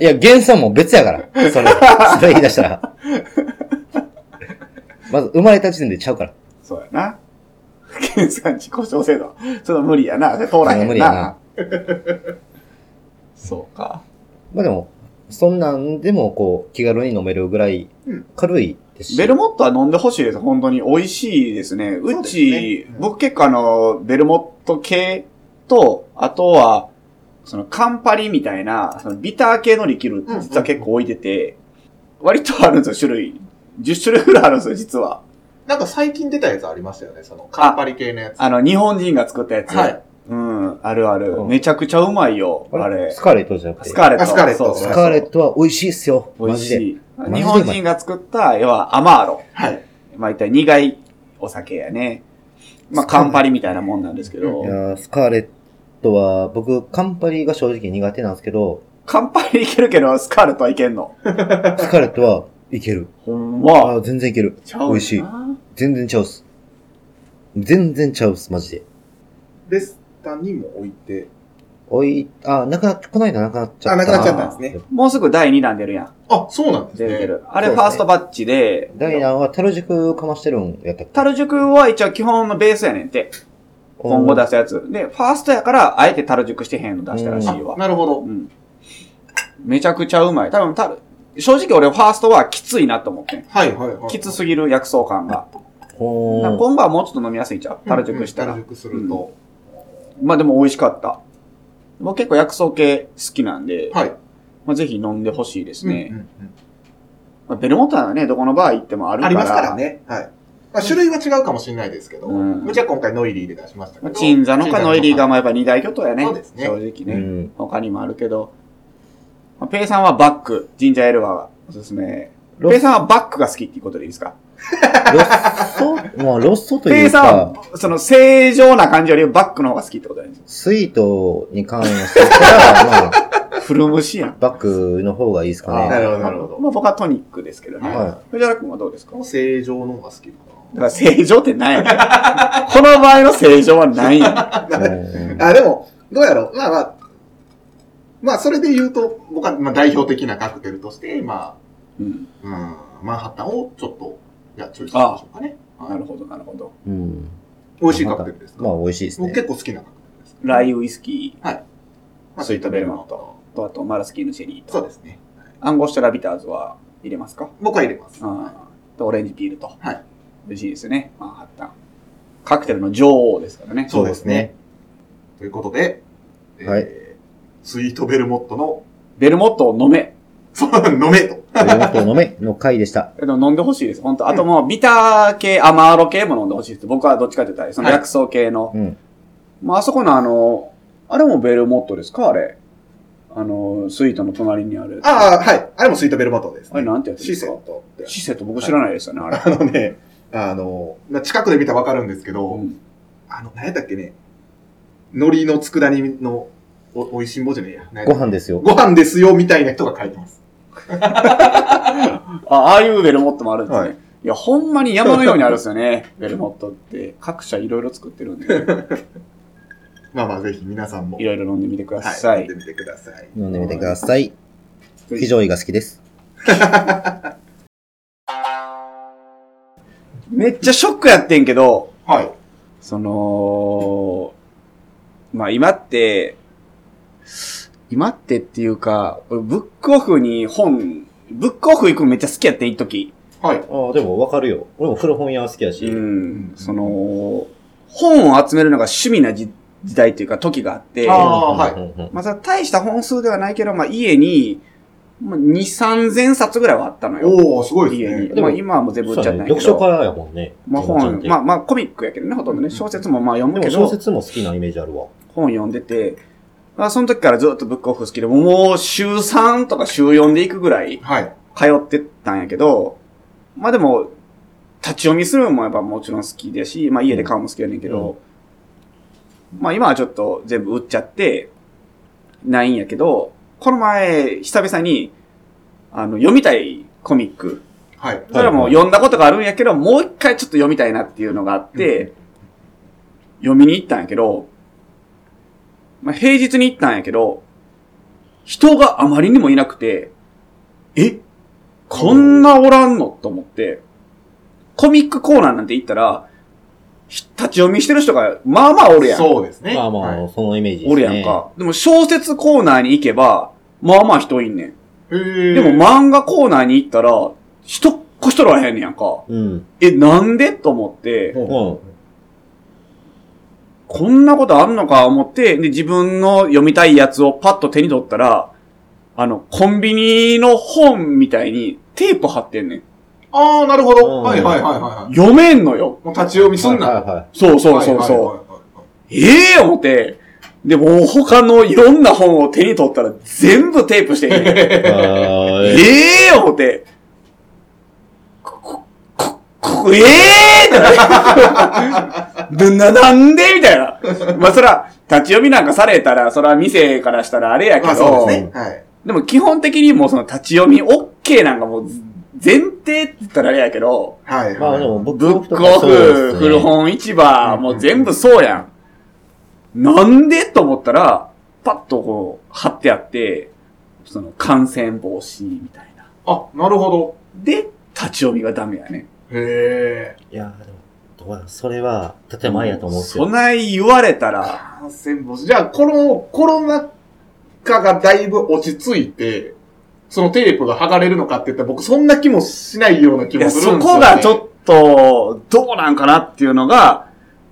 Speaker 3: いや、原産も別やから。それ、それ言い出したら。まず、生まれた時点でちゃうから。
Speaker 2: そうやな。ンさん自己調整度。それは無理やな。それ通らへん
Speaker 3: あ
Speaker 2: な。
Speaker 3: 無理やな
Speaker 2: そうか。
Speaker 3: まあでも、そんなんでもこう、気軽に飲めるぐらい
Speaker 1: うん、
Speaker 3: 軽いですし。
Speaker 2: ベルモットは飲んでほしいです。本当に美味しいですね。う
Speaker 1: そうで
Speaker 2: ち、
Speaker 1: すね
Speaker 2: 僕結構あの、ベルモット系と、あとは、そのカンパリみたいな、そのビター系のリキュー
Speaker 1: うん
Speaker 2: ル、実は結構置いてて、割とあるんですよ、種類。10種類ぐらいあるんですよ、実は。
Speaker 1: なんか最近出たやつありましたよね、その、カンパリ系のやつ。
Speaker 2: あの、日本人が作ったやつ。
Speaker 1: はい。
Speaker 2: うん、あるある。
Speaker 3: うん
Speaker 2: めちゃくちゃうまいよ、あれ。
Speaker 3: スカーレットじゃなくて。
Speaker 2: スカーレット。
Speaker 1: あスカーレット
Speaker 2: そう
Speaker 3: スカーレットは美味しいっすよ。
Speaker 2: 美
Speaker 3: マ
Speaker 2: 味
Speaker 3: ジ
Speaker 2: し
Speaker 3: で。
Speaker 2: い
Speaker 3: マジ。で
Speaker 2: 日本人が作った、要はアマーロ。
Speaker 1: はい。
Speaker 2: まあ、一体苦いお酒やね。まあ、カンパリみたいなもんなんですけど
Speaker 3: いや。ースカーレットは、僕、カンパリが正直苦手なんです
Speaker 2: <laughs>
Speaker 3: けど、
Speaker 2: カンパリいけるけど、スカーレットはいけんの。
Speaker 3: スカーレットはいける。
Speaker 2: ほん
Speaker 3: あ
Speaker 2: ま。
Speaker 3: ー全然いける。
Speaker 2: ちゃう
Speaker 3: 美味しい。全然ちゃうっす。全然ちゃうっす、マジで。
Speaker 1: レスタにも置いて。
Speaker 3: おい、あー、なくなっ、こないだなくなっちゃ
Speaker 1: あ
Speaker 3: った。
Speaker 1: なくな
Speaker 2: っちゃった
Speaker 1: んですね。
Speaker 2: もうすぐ第2弾出るやん。
Speaker 1: あ、そうなんです
Speaker 2: 出
Speaker 1: ね。
Speaker 2: る出る。あれ
Speaker 3: そ
Speaker 2: フ
Speaker 3: う
Speaker 2: ァ
Speaker 3: ですね
Speaker 2: ーストバッチで、
Speaker 3: ダイナーはタル軸かましてるんやったっけ
Speaker 2: タル塾は一応基本のベースやねんて。今後出すやつ。で、ファーストやから、あえてタル塾してへんの出したらしいわ
Speaker 1: あ。なるほど。
Speaker 2: うん。めちゃくちゃうまい。多分た、正直俺ファーストはきついなと思ってん。
Speaker 1: はいはいはい。
Speaker 2: きつすぎる薬草感が。
Speaker 3: ほ
Speaker 2: だから
Speaker 3: ー
Speaker 2: 今晩はもうちょっと飲みやすいんちゃ
Speaker 1: う
Speaker 2: う
Speaker 1: んう
Speaker 2: タ
Speaker 1: ん
Speaker 2: ル熟したら
Speaker 1: 樽。熟すると。
Speaker 2: まあでも美味しかった。僕結構薬草系好きなんで、
Speaker 1: はい。
Speaker 2: まあぜひ飲んでほしいですね。
Speaker 1: うんうんうん
Speaker 2: まあ、ベルモットはね、どこのバー行ってもあるか
Speaker 1: あ
Speaker 2: ら。
Speaker 1: りますから。ね。はい。まあ、種類は違うかもしれないですけど、
Speaker 2: うん
Speaker 1: うちは今回ノイリーで出しましたけ
Speaker 2: まあ
Speaker 1: ど。
Speaker 2: 鎮座のかノイリーがまあやっぱ二大巨頭やね。
Speaker 1: そうですね
Speaker 2: 正直
Speaker 3: う
Speaker 2: ね。
Speaker 3: ん。
Speaker 2: 他にもあるけど。まあ、ペイさんはバック、ジンジャーエールはおすすめ。
Speaker 3: ロ
Speaker 2: ペイさんはバックが好きっていうことでいいですか
Speaker 3: ロッソ <laughs> まあ、ロッソと
Speaker 2: ペ
Speaker 3: い
Speaker 2: イ
Speaker 3: う
Speaker 2: さんは
Speaker 3: か、、
Speaker 2: その正常な感じよりバックの方が好きってことなんですよ。
Speaker 3: スイートに関しては、まあ、
Speaker 2: 古虫やん。
Speaker 3: バックの方がいいですか
Speaker 2: あー
Speaker 1: な
Speaker 3: ね。
Speaker 1: るほどなるほど
Speaker 2: まあ僕はトニックですけどね。
Speaker 3: は
Speaker 2: 藤原君はどうですか
Speaker 1: この正常の方が好きか
Speaker 2: だから正常って <laughs> 何やねんこの場合の正常は何やねん
Speaker 3: うん
Speaker 1: な。あ、でも、どうやろう。まあまあ、まあ、それで言うと、僕はまあ代表的なカクテルとして、ま
Speaker 2: うん
Speaker 1: あ、うん、マンハッタンをちょっと、じゃあ、注意してみましょうかね。
Speaker 2: なるほど、なるほど。
Speaker 3: うん。
Speaker 1: 美味しいカクテルですか、
Speaker 3: まあ、美味しいです
Speaker 1: 僕
Speaker 3: ね。
Speaker 1: 結構好きなカクテルです。
Speaker 2: ライウイスキ
Speaker 1: まあ
Speaker 2: スイートベルモットーと、あとマラスキーのシェリー
Speaker 1: そう
Speaker 2: と、
Speaker 1: ですね。
Speaker 2: アンゴストラビターズは入れますか
Speaker 1: 僕は入れます。
Speaker 2: うん。と、オレンジピールと。
Speaker 1: はい。
Speaker 2: 美味しいですね。マンハッタン。カクテルの女王ですからね。
Speaker 1: そうですね。ということで、えー
Speaker 3: はい
Speaker 1: スイートベルモットの、
Speaker 2: ベルモットを飲め。
Speaker 1: その、飲めと。
Speaker 3: ということのめの回でした。
Speaker 2: でも飲んでほしいです、本当あともう、ビター系、アマーロ系も飲んでほしいです。僕はどっちかというと、その薬草系の。
Speaker 3: うん。
Speaker 2: まあ、あそこのあの、あれもベルモットですかあれ。あの、スイートの隣にある。
Speaker 1: ああ、はい。あれもスイートベルモットです、
Speaker 2: あれなんてやつで
Speaker 1: シ
Speaker 2: す
Speaker 1: セ
Speaker 2: か
Speaker 1: ットって。
Speaker 2: シセット僕知らないですよね、あ
Speaker 1: あのね、あの、な近くで見たらわかるんですけど、
Speaker 2: れ。うん
Speaker 1: あの、何やったっけね、海苔の佃煮の、お、おいしんぼじゃねえや。何や
Speaker 3: ご飯ですよ。
Speaker 1: ご飯ですよ、みたいな人が書いてます。
Speaker 2: あ、ああいうベルモットもあるんですね。
Speaker 1: はい
Speaker 2: いや、ほんまに山のようにあるんですよね。 <laughs> ベルモットって。各社いろいろ作ってるんで、
Speaker 1: まあまあ、ぜひ皆さんも、
Speaker 2: いろいろ飲んでみてくださ
Speaker 1: はい、
Speaker 2: い
Speaker 1: 飲ん。でみてください。
Speaker 3: 飲んでみてください。非常位が好きです。
Speaker 2: めっちゃショックやってんけど、
Speaker 1: はい。
Speaker 2: その、まあ今って、今ってっていうか、俺ブックオフに本、ブックオフ行くのめっちゃ好きやってん、一時。
Speaker 1: はい。
Speaker 3: ああ、でもわかるよ。俺も古本屋好きや
Speaker 2: う
Speaker 3: し。
Speaker 2: ん。その、本を集めるのが趣味なじ時代というか時があって、
Speaker 1: ああはい
Speaker 3: い。
Speaker 2: まあ、それは大した本数ではないけど、まあ、家に、まあ、2、3千冊ぐらいはあったのよ。
Speaker 1: おー、すごいで
Speaker 2: 家
Speaker 1: すね。
Speaker 2: に。
Speaker 3: でも
Speaker 2: まあ、今はもう全部売っちゃったんや
Speaker 3: 読
Speaker 2: け
Speaker 3: 書家
Speaker 2: ど。
Speaker 3: やもんね。
Speaker 2: まあ、本、まあ、まあ、コミックやけどね、ほとんどね。小説もまあ読
Speaker 3: で
Speaker 2: むけ
Speaker 3: も
Speaker 2: ど。
Speaker 3: 小説も好きなイメージあるわ。
Speaker 2: 本読んでて、まあ、その時からずっとブックオフ好きで、もう週3とか週4で行くぐらい
Speaker 1: はい。
Speaker 2: 通ってたんやけど、まあでも、立ち読みするのもやっぱもちろん好きだし、まあ家で買うのも好きやねんけど、まあ今はちょっと全部売っちゃって、ないんやけど、この前、久々に、あの、読みたいコミック。
Speaker 1: はい。
Speaker 2: それはもう読んだことがあるんやけど、もう一回ちょっと読みたいなっていうのがあって、読みに行ったんやけど、まあ、平日に行ったんやけど、人があまりにもいなくて、えこんなおらんのと思って、コミックコーナーなんて行ったら、ひ立ち読みしてる人が、まあまあおるやん。
Speaker 1: そうですね。
Speaker 3: まあま
Speaker 1: はい
Speaker 3: あ、そのイメージですね。
Speaker 2: おるやんか。でも小説コーナーに行けば、まあまあ人いんねん。
Speaker 1: へー
Speaker 2: でも漫画コーナーに行ったら、人っ子人らへんねやんか。
Speaker 3: うん。
Speaker 2: え、なんでと思って、
Speaker 1: ほ
Speaker 2: こんなことあんのか思って、で、自分の読みたいやつをパッと手に取ったら、あの、コンビニの本みたいにテープ貼ってんねん。
Speaker 1: ああ、なるほ
Speaker 3: う
Speaker 1: ど。
Speaker 3: ん
Speaker 1: はいはいはいはい。
Speaker 2: 読めんのよ。
Speaker 1: もう立ち読みすん
Speaker 3: は
Speaker 1: な。
Speaker 3: いはい。
Speaker 2: そうそうそうそう。
Speaker 1: う。
Speaker 2: ええ思って、で、もう他のいろんな本を手に取ったら全部テープして
Speaker 1: <laughs>
Speaker 2: んねん。
Speaker 3: あ
Speaker 2: <laughs>
Speaker 3: ー
Speaker 2: ええ思って、こ、こ、こ、ええー、って <laughs> なな、なんでみたいな。まあそら、立ち読みなんかされたら、そら店からしたらあれやけ
Speaker 1: ま
Speaker 2: ど、
Speaker 1: あそうですね。はい。
Speaker 2: でも基本的にもうその立ち読み OK なんかもう前提って言ったらあれやけど、
Speaker 1: はいはい。
Speaker 3: まあでも、ブ
Speaker 2: ブッ
Speaker 3: と
Speaker 2: ク
Speaker 3: か
Speaker 2: オ
Speaker 3: そうです
Speaker 2: フ、
Speaker 3: ね
Speaker 2: 古本市場、
Speaker 1: うん
Speaker 2: もう全部そうやん。なんでと思ったら、パッとこう、貼ってあって、その感染防止みたいな。
Speaker 1: あ、なるほ
Speaker 2: で、立ち読みがダメやね。
Speaker 1: ど。へえ。
Speaker 3: いやーでも、どうやろそれは、建前やと思うんです
Speaker 2: そ
Speaker 3: よ。
Speaker 2: ない言われたら、
Speaker 1: 感染防止。じゃあ、このコロナ禍がだいぶ落ち着いて、そのテープが剥がれるのかって言ったら僕そんな気もしないような気
Speaker 2: い
Speaker 1: も
Speaker 2: や
Speaker 1: する
Speaker 2: そ
Speaker 1: んですよ、ね。
Speaker 2: こがちょっと、どうなんかなっていうのが、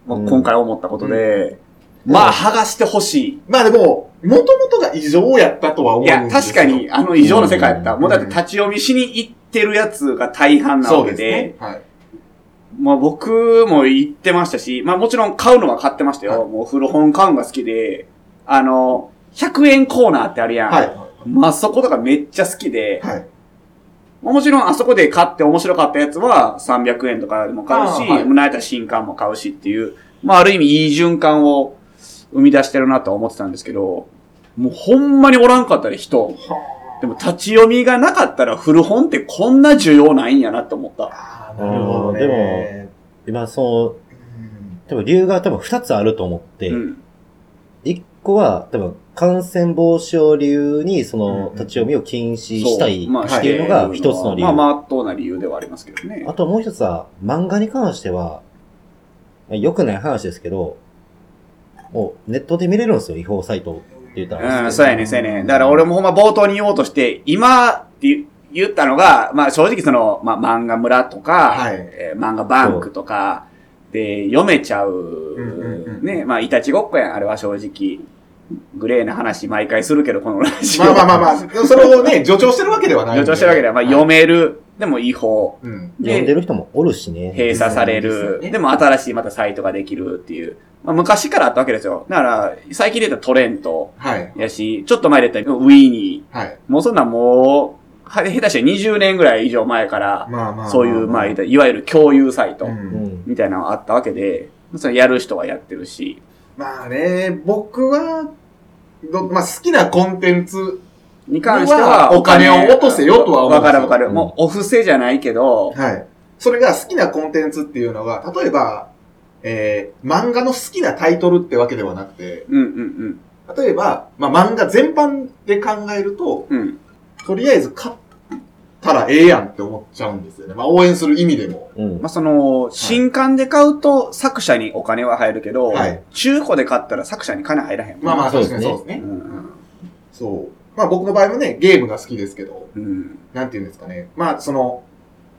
Speaker 2: まあ
Speaker 3: うん
Speaker 2: 今回思ったことで、まあ、剥がしてほしい。
Speaker 1: まあでも、もともとが異常やったとは思
Speaker 2: いうや、
Speaker 1: んですけ
Speaker 2: 確か
Speaker 1: ど。
Speaker 2: に、あの異常の世界やった。
Speaker 3: うん
Speaker 2: もうだって立ち読みしに行ってるやつが大半な
Speaker 1: そう
Speaker 2: わけ
Speaker 1: で
Speaker 2: で、
Speaker 1: すね。はい。
Speaker 2: まあ僕も行ってましたし、まあもちろん買うのは買ってましたよ。
Speaker 1: は
Speaker 2: もう古本買うのが好きで、あの、100円コーナーってあるやん。
Speaker 1: は
Speaker 2: まあそことかめっちゃ好きで
Speaker 1: い。、はい。
Speaker 2: まあもちろんあそこで買って面白かったやつは300円とかでも買うし、
Speaker 1: あーはい
Speaker 2: もう慣れた新刊も買うしっていう、まあある意味いい循環を生み出してるなとは思ってたんですけど、もうほんまにおらんかったで人。でも立ち読みがなかったら古本ってこんな需要ないんやなと思った。
Speaker 1: ああ、
Speaker 3: なるほどねで今、その、多分理由が多分二つあると思って
Speaker 2: う、ん。
Speaker 3: 一、個は、多分感染防止を理由に、そ
Speaker 1: うんうん
Speaker 3: の、立ち読みを禁止したい
Speaker 2: まあ
Speaker 3: っていうのが一つの理由。
Speaker 2: まあ、まあ、当な理由ではありますけどね。
Speaker 3: あともう一つは、漫画に関しては、まあ良くない話ですけど、もうネットで見れるんですよ、違法サイトって言ったら。
Speaker 2: うん、そうやね、そうやね。だから俺もほんま冒頭に言おうとして、今って言ったのが、まあ正直その、まあ漫画村とか、
Speaker 1: はい
Speaker 2: えー漫画バンクとか、で、読めちゃう、
Speaker 1: うんうんうん
Speaker 2: ね、まあいたちごっこやん、あれは正直。グレーな話毎回するけど、このラジオ。
Speaker 1: まあまあまあまあ、それを
Speaker 2: <laughs>
Speaker 1: ね、助長してるわけではないんで。
Speaker 2: 助長してるわけでは、まあ
Speaker 1: はい
Speaker 2: 読める、でも違法。
Speaker 1: うん。
Speaker 3: 読んでる人もおるしね。
Speaker 2: 閉鎖される。でも新しいまたサイトができるっていう。まあ昔からあったわけですよ。だから、最近で言ったらトレント
Speaker 1: はい。
Speaker 2: やし、ちょっと前で言ったらウィーニ
Speaker 1: はい。
Speaker 2: ー。もうそんなんもう、は下手して20年ぐらい以上前から、
Speaker 1: まあまあ。
Speaker 2: そういう、まあ、言ったらいわゆる共有サイト
Speaker 1: う
Speaker 3: うんん。
Speaker 2: みたいなのがあったわけで、それやる人はやってるし。
Speaker 1: まあね、僕は、どまあ好きなコンテンツ。
Speaker 2: に関しては、
Speaker 1: お金を落とせよとは思う
Speaker 2: わかるわかる。
Speaker 3: うん
Speaker 2: もう、お布施じゃないけど、
Speaker 1: はい。それが好きなコンテンツっていうのが、例えば、えー、漫画の好きなタイトルってわけではなくて、
Speaker 2: うんうん
Speaker 1: 例えば、まあ漫画全般で考えると、
Speaker 2: うん。うん。
Speaker 1: とりあえず買ったらええやんって思っちゃうんですよね。まあ応援する意味でも。
Speaker 3: うん
Speaker 2: まあ、その、新刊で買うと作者にお金は入るけど、
Speaker 1: はい
Speaker 2: 中古で買ったら作者に金入らへんもんね。
Speaker 1: まあまあ
Speaker 3: そうで
Speaker 1: 確か
Speaker 3: すね
Speaker 1: にそうですね。
Speaker 2: うん
Speaker 1: そう。まあ僕の場合もね、ゲームが好きですけど、
Speaker 2: うん。
Speaker 1: なんていうんですかね。まあその、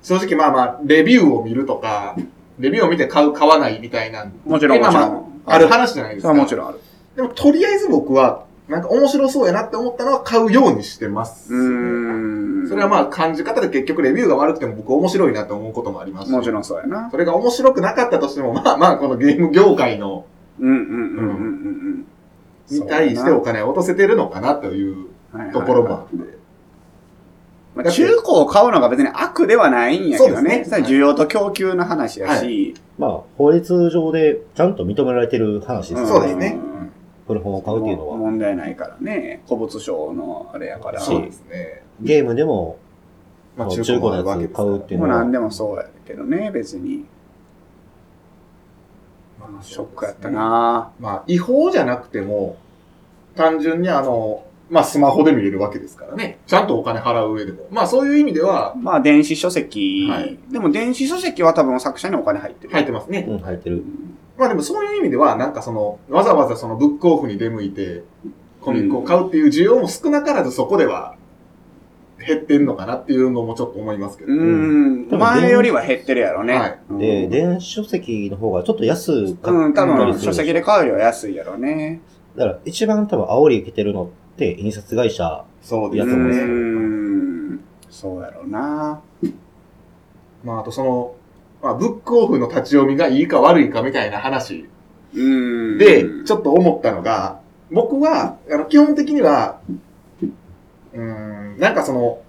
Speaker 1: 正直まあまあ、レビューを見るとか、レビューを見て買う、買わないみたいな、
Speaker 2: もちろん、
Speaker 1: ま
Speaker 2: も
Speaker 1: あ
Speaker 2: ち
Speaker 1: ま
Speaker 2: ろ
Speaker 1: あ
Speaker 2: ん。
Speaker 1: ある話じゃないです
Speaker 2: そ
Speaker 1: か。
Speaker 2: れはもちろんある。
Speaker 1: でもとりあえず僕は、なんか面白そうやなって思ったのは買うようにしてます。
Speaker 2: うん。
Speaker 1: それはまあ感じ方で結局レビューが悪くても僕面白いなって思うこともありますし
Speaker 2: もちろんそうやな。
Speaker 1: それが面白くなかったとしても、まあまあこのゲーム業界の
Speaker 2: うんうんうんうんうんうん。
Speaker 1: に対してお金を落とせてるのかなというところもあって。
Speaker 2: まあ中古を買うのが別に悪ではないんやけど
Speaker 1: そうで
Speaker 2: ね。
Speaker 1: すね
Speaker 2: 需要と供給の話やし。
Speaker 3: まあ、法律上でちゃんと認められてる話です
Speaker 2: ん
Speaker 3: よ
Speaker 1: そうですね
Speaker 2: ん
Speaker 3: 古本を買うっていうのは。
Speaker 2: 問題ないからね。古物商のあれやから。
Speaker 1: そうですね。
Speaker 3: ゲームでも、
Speaker 1: まあ
Speaker 3: そう
Speaker 1: 中古の
Speaker 3: 中古のやつ
Speaker 1: わけですから
Speaker 3: 買うっていう
Speaker 2: もう何でもそうやけどね、別に。
Speaker 1: まあ
Speaker 2: ショックやった。な
Speaker 1: まあ違法じゃなくても、単純にあの、まあスマホで見れるわけですからね。ちゃんとお金払う上でも。まあそういう意味では
Speaker 2: まあ、電子書籍、
Speaker 1: はい
Speaker 2: でも電子書籍は多分作者にお金入ってる。
Speaker 1: 入ってますね。
Speaker 3: うん、入ってる。
Speaker 1: まあでもそういう意味では、なんかその、わざわざそのブックオフに出向いて、コミックを買うっていう需要も少なからずそこでは減ってんのかなっていうのもちょっと思いますけど。
Speaker 2: うーん。前よりは減ってるやろね。
Speaker 1: はい
Speaker 2: うん
Speaker 3: で、電子書籍の方がちょっと安か
Speaker 2: うん、多
Speaker 3: ったり
Speaker 2: 分、
Speaker 3: す
Speaker 2: 書
Speaker 3: るし
Speaker 2: 籍で買うよりは安いやろね。
Speaker 3: だから一番多分煽り受けてるのって印刷会社。
Speaker 1: そう
Speaker 2: う
Speaker 1: で
Speaker 3: や
Speaker 1: す
Speaker 3: と思う
Speaker 1: ね。
Speaker 2: ーん。そうやろうな。
Speaker 1: まああとその、まあブックオフの立ち読みがいいか悪いかみたいな話
Speaker 2: うーん。
Speaker 1: で、ちょっと思ったのが、僕は、あの、基本的には、うーん、なんかその、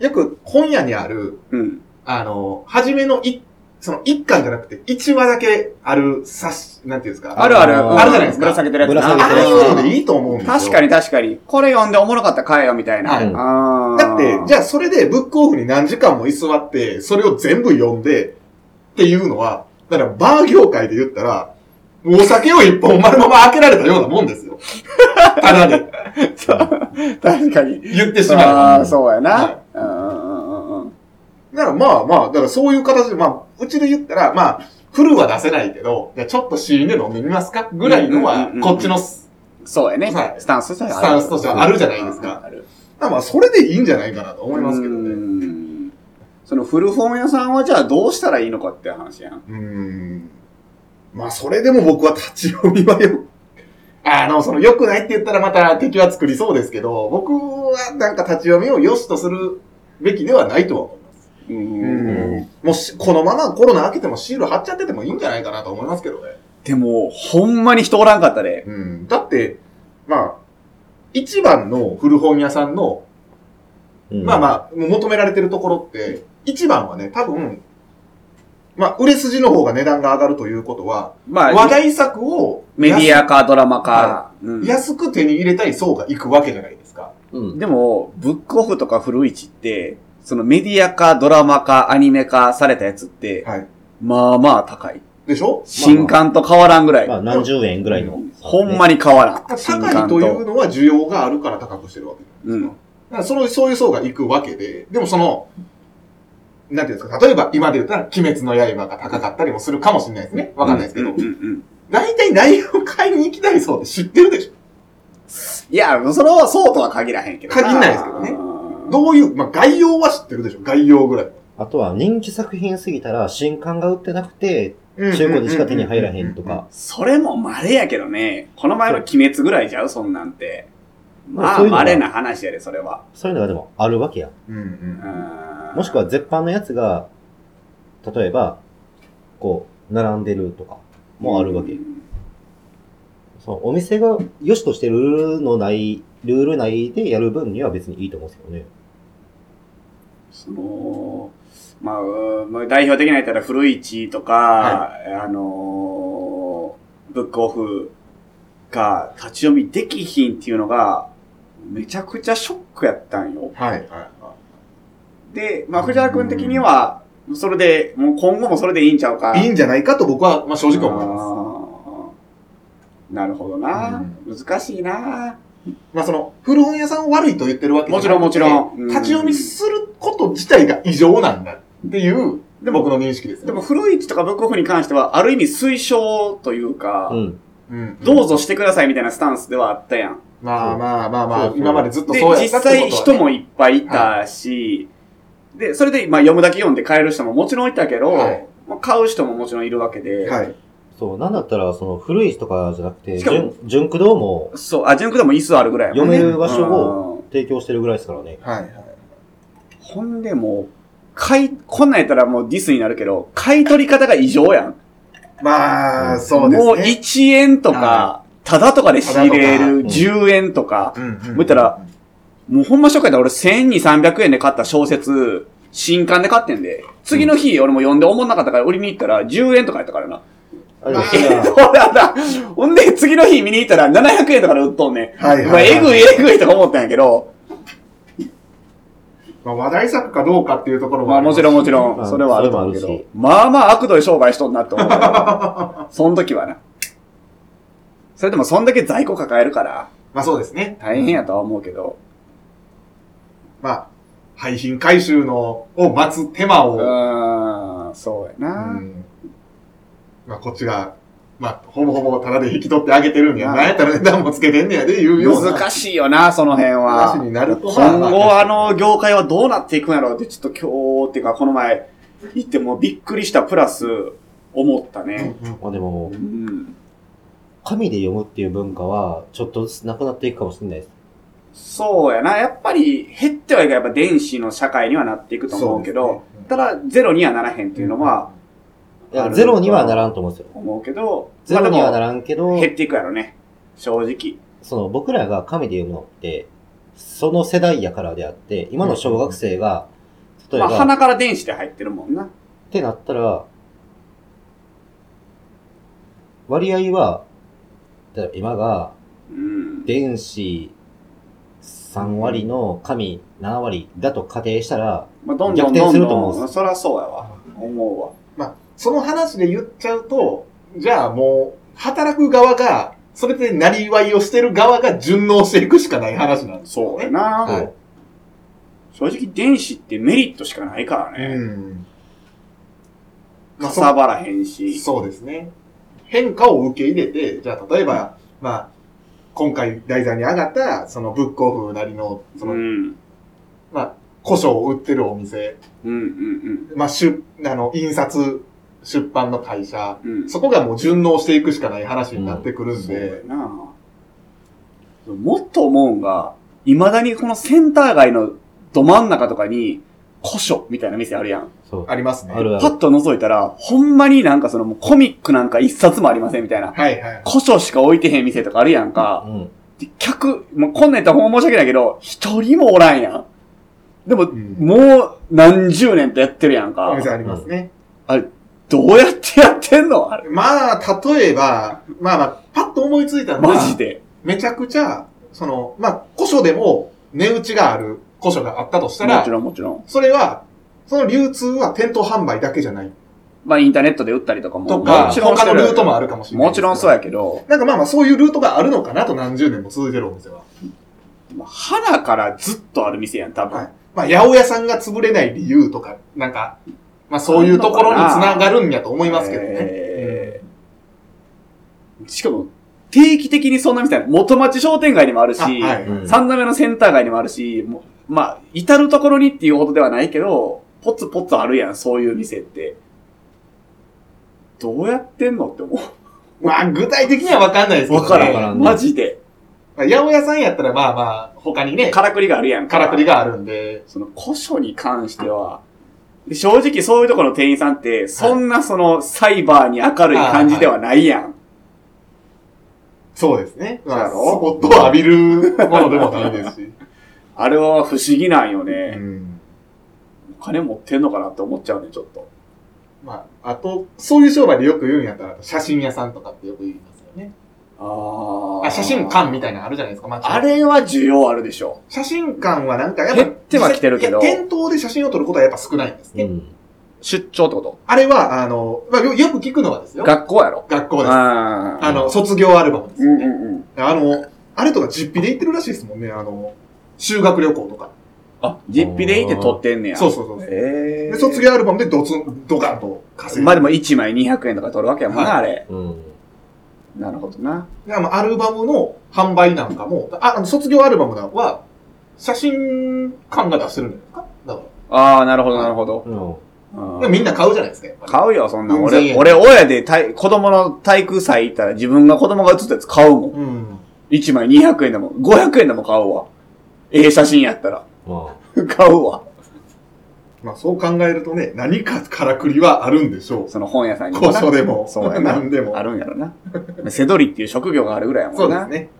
Speaker 1: よく本屋にある、
Speaker 2: うん。
Speaker 1: あの、初めの一、その一巻じゃなくて、一話だけある冊子、なんていうんですか。
Speaker 2: あるある。
Speaker 3: あー
Speaker 1: あるじゃないですか
Speaker 2: ぶら下げてるやつな
Speaker 3: ぶら
Speaker 1: あ
Speaker 3: 下
Speaker 1: あ
Speaker 3: げてる
Speaker 1: いうのでいいと思うんですよ。
Speaker 2: 確かに確かに。これ読んでおもろかったら買えよみたいな。
Speaker 1: はい
Speaker 2: あ
Speaker 1: だって、じ
Speaker 2: ゃ
Speaker 1: ゃあそれでブックオフに何時間も居座って、それを全部読んで、っていうのは、だからバー業界で言ったら、もうお酒を一本丸まま開けられたようなもんです
Speaker 2: <laughs>
Speaker 1: よ。ただで
Speaker 2: 確かに。
Speaker 1: 言ってしまえば。
Speaker 2: ああ、そうや
Speaker 1: はい
Speaker 2: な。うんうんうんうん
Speaker 1: だからまあまあ、だからそういう形で、まあ、うちで言ったら、まあ、フルは出せないけど、じゃあちょっと死因で飲んでみますかぐらいの
Speaker 2: うんうん
Speaker 1: は
Speaker 2: うんうん、
Speaker 1: こっちのス
Speaker 2: そうやね
Speaker 1: は。い
Speaker 2: スタンスとしては
Speaker 1: ス
Speaker 2: あ
Speaker 1: タ
Speaker 2: る
Speaker 1: ンスとしてはあるじゃないですか。
Speaker 2: ある
Speaker 1: まあまあ、それでいいんじゃないかなと思いますけど
Speaker 2: う
Speaker 1: ね。
Speaker 2: ーんその古本屋さんはじゃあどうしたらいいのかって話やん。
Speaker 1: うーん。まあ、それでも僕は立ち読みはよ、あの、その良くないって言ったらまた敵は作りそうですけど、僕はなんか立ち読みを良しとするべきではないとは思います。
Speaker 2: う
Speaker 1: うんもし、このままコロナ開けてもシール貼っちゃっててもいいんじゃないかなと思いますけどね。
Speaker 2: でも、ほんまに人おらんかったで。
Speaker 1: うん。だって、まあ、一番の古本屋さんの
Speaker 3: うん
Speaker 1: まあまあ、もう求められてるところって、一番はね、多分、まあ、売れ筋の方が値段が上がるということは、
Speaker 2: ま
Speaker 1: 話
Speaker 2: あ、
Speaker 1: 題作を
Speaker 2: メディアかドラマか。うん
Speaker 1: 安安く手に入れたい層が行くわけじゃないですか。
Speaker 3: うん。
Speaker 2: でも、ブックオフとか古市って、そのメディア化、ドラマ化、アニメ化されたやつって、
Speaker 1: はい。
Speaker 2: まあまあ高い。
Speaker 1: でしょ
Speaker 2: 新刊と変わらんぐらい。
Speaker 3: まあ何十円ぐらいの。
Speaker 2: ほんまに変わらん。新
Speaker 1: 高
Speaker 2: 刊
Speaker 1: いという
Speaker 2: と。
Speaker 1: のは需要があるから高くしてるわけ
Speaker 2: う
Speaker 1: だ
Speaker 2: ん
Speaker 1: か。らその、そういう層が行くわけで、でもその、なんていうんですか、例えば今で言ったら、鬼滅の刃が高かったりもするかもしれないですね。わかんないですけど
Speaker 2: うんう。んうん
Speaker 1: 大体内容買いに行きたい層って知ってるでしょ
Speaker 2: いや、それはそうとは限らへんけど。
Speaker 1: 限んないですけどね
Speaker 2: うん
Speaker 1: どういう、まあ、概要は知ってるでしょ概要ぐらい。
Speaker 3: あとは人気作品すぎたら新刊が売ってなくて、中古でしか手に入らへんとか。
Speaker 2: それも稀やけどね。この前の鬼滅ぐらいじゃうそんなんて。まあ、
Speaker 3: そういうのが
Speaker 2: 稀な話やで、それは。
Speaker 3: そういうのがでもあるわけや。
Speaker 1: うんうん。
Speaker 2: も
Speaker 3: もしくは絶版のやつが、例えば、こう、並んでるとか、もあるわけ。そのお店が良しとしてるルールのない、ルール内でやる分には別にいいと思うんですよね。
Speaker 2: その、まあうん、まあ代表的なやったら、古市とか、あのー、ブックオフが立ち読みできひんっていうのが、めちゃくちゃショックやったんよ。
Speaker 1: はいはいは
Speaker 2: で、まあ、藤原君的には、それで、もう今後もそれでいいんちゃうか。
Speaker 1: い。いいんじゃないかと僕は、まあ、正直思います。
Speaker 2: ます。なるほどな。難しいな。
Speaker 1: まあその、古本屋さんを悪いと言ってるわけじゃ
Speaker 2: も
Speaker 1: なく
Speaker 2: ち
Speaker 1: て
Speaker 2: ろんもちろん。
Speaker 1: 立ち読みすること自体が異常なんだっていう、で僕の認識です
Speaker 2: う
Speaker 1: ね。
Speaker 2: んでも、古市とかブックオフに関しては、ある意味推奨というか、
Speaker 3: うん。
Speaker 1: うん、
Speaker 2: どうぞしてくださいみたいなスタンスではあったやん。
Speaker 1: まあまあまあま
Speaker 3: そ
Speaker 1: あ
Speaker 3: う、そう
Speaker 1: 今までずっと
Speaker 2: で
Speaker 1: そう、やっ
Speaker 2: 実
Speaker 1: たってことはね
Speaker 2: 際人もいっぱいいたし、で、それで、まあ、読むだけ読んで買える人ももちろんいたけど、
Speaker 1: はい
Speaker 2: まあ、買う人ももちろんいるわけで、
Speaker 1: はい。
Speaker 3: そう、なんだったら、その古い市とかじゃなくて、
Speaker 2: しかも
Speaker 3: 純純駆動も
Speaker 2: そう、あ、ジュンクでも椅子あるぐらいやもんね
Speaker 3: 読める場所を
Speaker 2: うん
Speaker 3: 提供してるぐらいですからね。
Speaker 1: はいはい。
Speaker 2: ほんでもう、買い、こんなんやったらもうディスになるけど、買い取り方が異常やん。
Speaker 1: まあ、
Speaker 3: うん
Speaker 1: そうですね。
Speaker 2: もう1円とか
Speaker 1: は、
Speaker 2: ただとかで仕入れる
Speaker 3: タダと
Speaker 2: 10円とか、
Speaker 1: うんうん、
Speaker 2: 見たら、もうほんま初回だ俺1200、300円で買った小説、新刊で買ってんで、次の日俺も読んで思んなかったから売りに行ったら10円とかやったからな。 <laughs>
Speaker 3: あれもそ
Speaker 2: え
Speaker 3: れは
Speaker 2: そうなんだ。ほんで次の日見に行ったら700円とかで売っとんねん。
Speaker 1: はいはいはい
Speaker 2: まあえぐいえぐいとか思ったんやけど、
Speaker 1: まあ、話題作かどうかっていうところ
Speaker 2: まあもちろんもちろ
Speaker 3: ま
Speaker 2: ん、
Speaker 3: あ
Speaker 2: それはあると思うけ
Speaker 3: それもあ
Speaker 2: ど
Speaker 3: るし。
Speaker 2: まあまあ悪どい商売しとんなって思うけど。その時はな。それでもそんだけ在庫抱えるから、
Speaker 1: まあそうですね。
Speaker 2: 大変やとは思うけど、
Speaker 1: まあ、廃品回収の、を待つ手間
Speaker 2: う
Speaker 1: を、
Speaker 2: ーん、そうや
Speaker 1: う
Speaker 2: な。
Speaker 1: んまあこっちが、まあ、ほぼほぼタダで引き取ってあげてるんや。
Speaker 2: まあ
Speaker 1: なんやったら値段もつけてんねやで、言うような。
Speaker 2: 難しいよな、その辺は
Speaker 1: 話。になると
Speaker 2: 今後、あ
Speaker 1: ま
Speaker 2: の、業界はどうなっていくんやろうって、ちょっと今日、っていうか、この前、行ってもうびっくりした、プラス、思った
Speaker 1: う
Speaker 2: ね。
Speaker 1: んうん
Speaker 3: まあでも
Speaker 2: う、ん。
Speaker 3: 紙で読むっていう文化は、ちょっとずつなくなっていくかもしれないです。
Speaker 2: そうやな。やっぱり、減ってはいかんやっぱ電子の社会にはなっていくと思うけど、、ただ、ゼロにはならへんっていうのは、
Speaker 3: いや
Speaker 2: ある
Speaker 3: ゼロにはならんと思うんですよ。
Speaker 2: 思うけど、
Speaker 3: ゼロにはな
Speaker 2: ら
Speaker 3: らんけど、
Speaker 2: 減っていくやろね。正直。
Speaker 3: その僕らが紙で読むのって、その世代やからであって、今の小学生が、例え
Speaker 2: ま
Speaker 3: ば、
Speaker 2: あ、鼻から電子で入ってるもんな。
Speaker 3: ってなったら、割合は、例えば今が、
Speaker 2: うん。
Speaker 3: 電子3割の紙7割だと仮定したら、
Speaker 2: まあ、どんどん
Speaker 3: 逆転
Speaker 2: どん
Speaker 3: すると思うん
Speaker 2: ど
Speaker 3: で
Speaker 2: ん、そらそうやわ。思うわ。
Speaker 1: まあ、その話で言っちゃうと、じゃあもう、働く側が、それでなりわいをしてる側が順応していくしかない話なんです
Speaker 2: そ
Speaker 1: よ
Speaker 2: うや
Speaker 1: ね。
Speaker 2: な。
Speaker 3: はい
Speaker 2: 正直、電子ってメリットしかないからね。
Speaker 1: うん。まあ、
Speaker 2: か
Speaker 1: そ
Speaker 2: さばらへんし。
Speaker 1: そうですね。変化を受け入れて、じゃあ例えば、まあ、今回題材に上がった、そのブックオフなりの、その、
Speaker 2: うん。
Speaker 1: まあ、古書を売ってるお店、
Speaker 2: うんうん
Speaker 1: まあ、出、あの、印刷、出版の会社、
Speaker 2: うん。うん。
Speaker 1: そこがもう順応していくしかない話になってくるん
Speaker 2: そうや
Speaker 1: で、
Speaker 2: な。もっと思うんが、未だにこのセンター街のど真ん中とかに、古書みたいな店あるやん。
Speaker 3: そう。
Speaker 1: ありますね。
Speaker 3: あるあ
Speaker 2: パ
Speaker 3: る。
Speaker 2: ッと覗いたら、ほんまになんかそのもうコミックなんか一冊もありませんみたいな。
Speaker 1: はいはい。
Speaker 2: 古書しか置いてへん店とかあるやんか。
Speaker 3: うん。
Speaker 2: で客、もうこんなんやったらほんま申し訳ないけど、一人もおらんやん。でも、
Speaker 1: うん
Speaker 2: もう何十年とやってるやん
Speaker 1: お
Speaker 2: か。
Speaker 1: 店ありますね。
Speaker 2: どうやってやってんのあれ。
Speaker 1: まあ、例えば、まあまあ、パッと思いついたのは、
Speaker 2: マジで。
Speaker 1: めちゃくちゃ、その、まあ、古書でも値打ちがある古書があったとした
Speaker 2: も
Speaker 1: ら
Speaker 2: ち、ろんもちろん。
Speaker 1: それは、その流通は店頭販売だけじゃない。
Speaker 2: まあインターネットで売ったりとかも。
Speaker 1: とか、
Speaker 2: もちろん
Speaker 1: 他のルート
Speaker 2: も。
Speaker 1: もあるかもしれない。
Speaker 2: もちろんそうや
Speaker 1: け
Speaker 2: けど、
Speaker 1: ど。なんかまあまあ、そういうルートがあるのかなと何十年も続いてるお店は。
Speaker 2: まあ花からずっとある店やん、多分。
Speaker 1: はい。まあ、八百屋さんが潰れない理由とか、なんか、まあそういうところに繋がるんやと思いますけどね。
Speaker 2: えーしかも、定期的にそんな店ある。元町商店街にもあるし、
Speaker 1: あはい。
Speaker 3: うん
Speaker 2: 三段目のセンター街にもあるし、もうまあ、至るところにっていうほどではないけど、ポツポツあるやん、そういう店って。どうやってんのって思
Speaker 1: まあ、具体的にはわかんないです
Speaker 2: う。
Speaker 1: けど、
Speaker 2: わ
Speaker 1: ね。
Speaker 2: からん
Speaker 3: わ
Speaker 2: から
Speaker 3: ん
Speaker 2: ん。マジで。
Speaker 1: まあ八百屋さんやったらまあまあ、他にね、か
Speaker 2: からくりがあるやんか。
Speaker 1: らくりがあるんで、
Speaker 2: その古書に関しては、で正直そういうところの店員さんって、そんなそのサイバーに明るい感じではないやん。
Speaker 1: そうですね。まあ、
Speaker 2: だ
Speaker 1: ス
Speaker 2: ろ
Speaker 1: ポットを浴びるものでもないですし。
Speaker 2: あれは不思議なんよ
Speaker 1: う
Speaker 2: ね。
Speaker 1: ん
Speaker 2: お金持ってんのかなって思っちゃうね、ちょっと。
Speaker 1: まあ、あと、そういう商売でよく言うんやったら、写真屋さんとかってよく言いますよね。
Speaker 2: あ
Speaker 1: あ、写真
Speaker 2: 館
Speaker 1: 館みたいなのあるじゃないですか、街に
Speaker 2: あれは需要あるでしょ。
Speaker 1: 写真館はなんかやっぱ、
Speaker 2: 減っては来てるけど
Speaker 1: いや店頭で写真を撮ることはやっぱ少ないんですね。
Speaker 3: うん。
Speaker 2: 出張ってこ
Speaker 1: あれは、あの、まあ、よよく聞くのはです
Speaker 2: と
Speaker 1: よ。
Speaker 2: 学校やろ。
Speaker 1: 学校です。
Speaker 2: あ
Speaker 1: あの、卒業アルバムです
Speaker 2: う
Speaker 1: よ
Speaker 2: んう
Speaker 1: ね。
Speaker 2: んうん。
Speaker 1: あの、あれとか実費で行ってるらしいですもんね、あの、修学旅行とか。
Speaker 2: あ、実費でいて撮ってんねや。
Speaker 1: そうそうそうそう。
Speaker 2: ええ
Speaker 1: で、卒業アルバムでドツン、ドカンと稼いで。
Speaker 2: まあでも1枚200円とか撮るわけやもんな、あれ。
Speaker 3: うん。
Speaker 2: なるほどな。
Speaker 1: いやまあアルバムの販売なんかも、あ、あの卒業アルバムなんかは、写真館が出してるんじゃないですかだか
Speaker 2: ああ、なるほど、なるほど。
Speaker 3: うん。
Speaker 2: うん
Speaker 1: ら。でみんな買うじゃないですか、やっぱり
Speaker 2: 買うよ、そんなん。
Speaker 1: うん千
Speaker 2: 俺、
Speaker 1: 円
Speaker 2: 俺、親で体、子供の体育祭行ったら自分が子供が写ったやつ買うもん。
Speaker 1: うん。
Speaker 2: 1枚200円でも、500円でも買うわ。ええ写真やったら。 <laughs>
Speaker 3: ま
Speaker 2: 買うわ。
Speaker 1: まあそう考えるとね、何かからくりはあるんでしょう。
Speaker 2: その本屋さんにも
Speaker 1: こ
Speaker 2: な。
Speaker 1: そでも、
Speaker 2: <laughs> そうやな
Speaker 1: 何でも。
Speaker 2: あるんやろな。せどりっていう職業があるぐらいやも
Speaker 1: そ
Speaker 2: ん
Speaker 1: うで
Speaker 2: な。
Speaker 1: すね。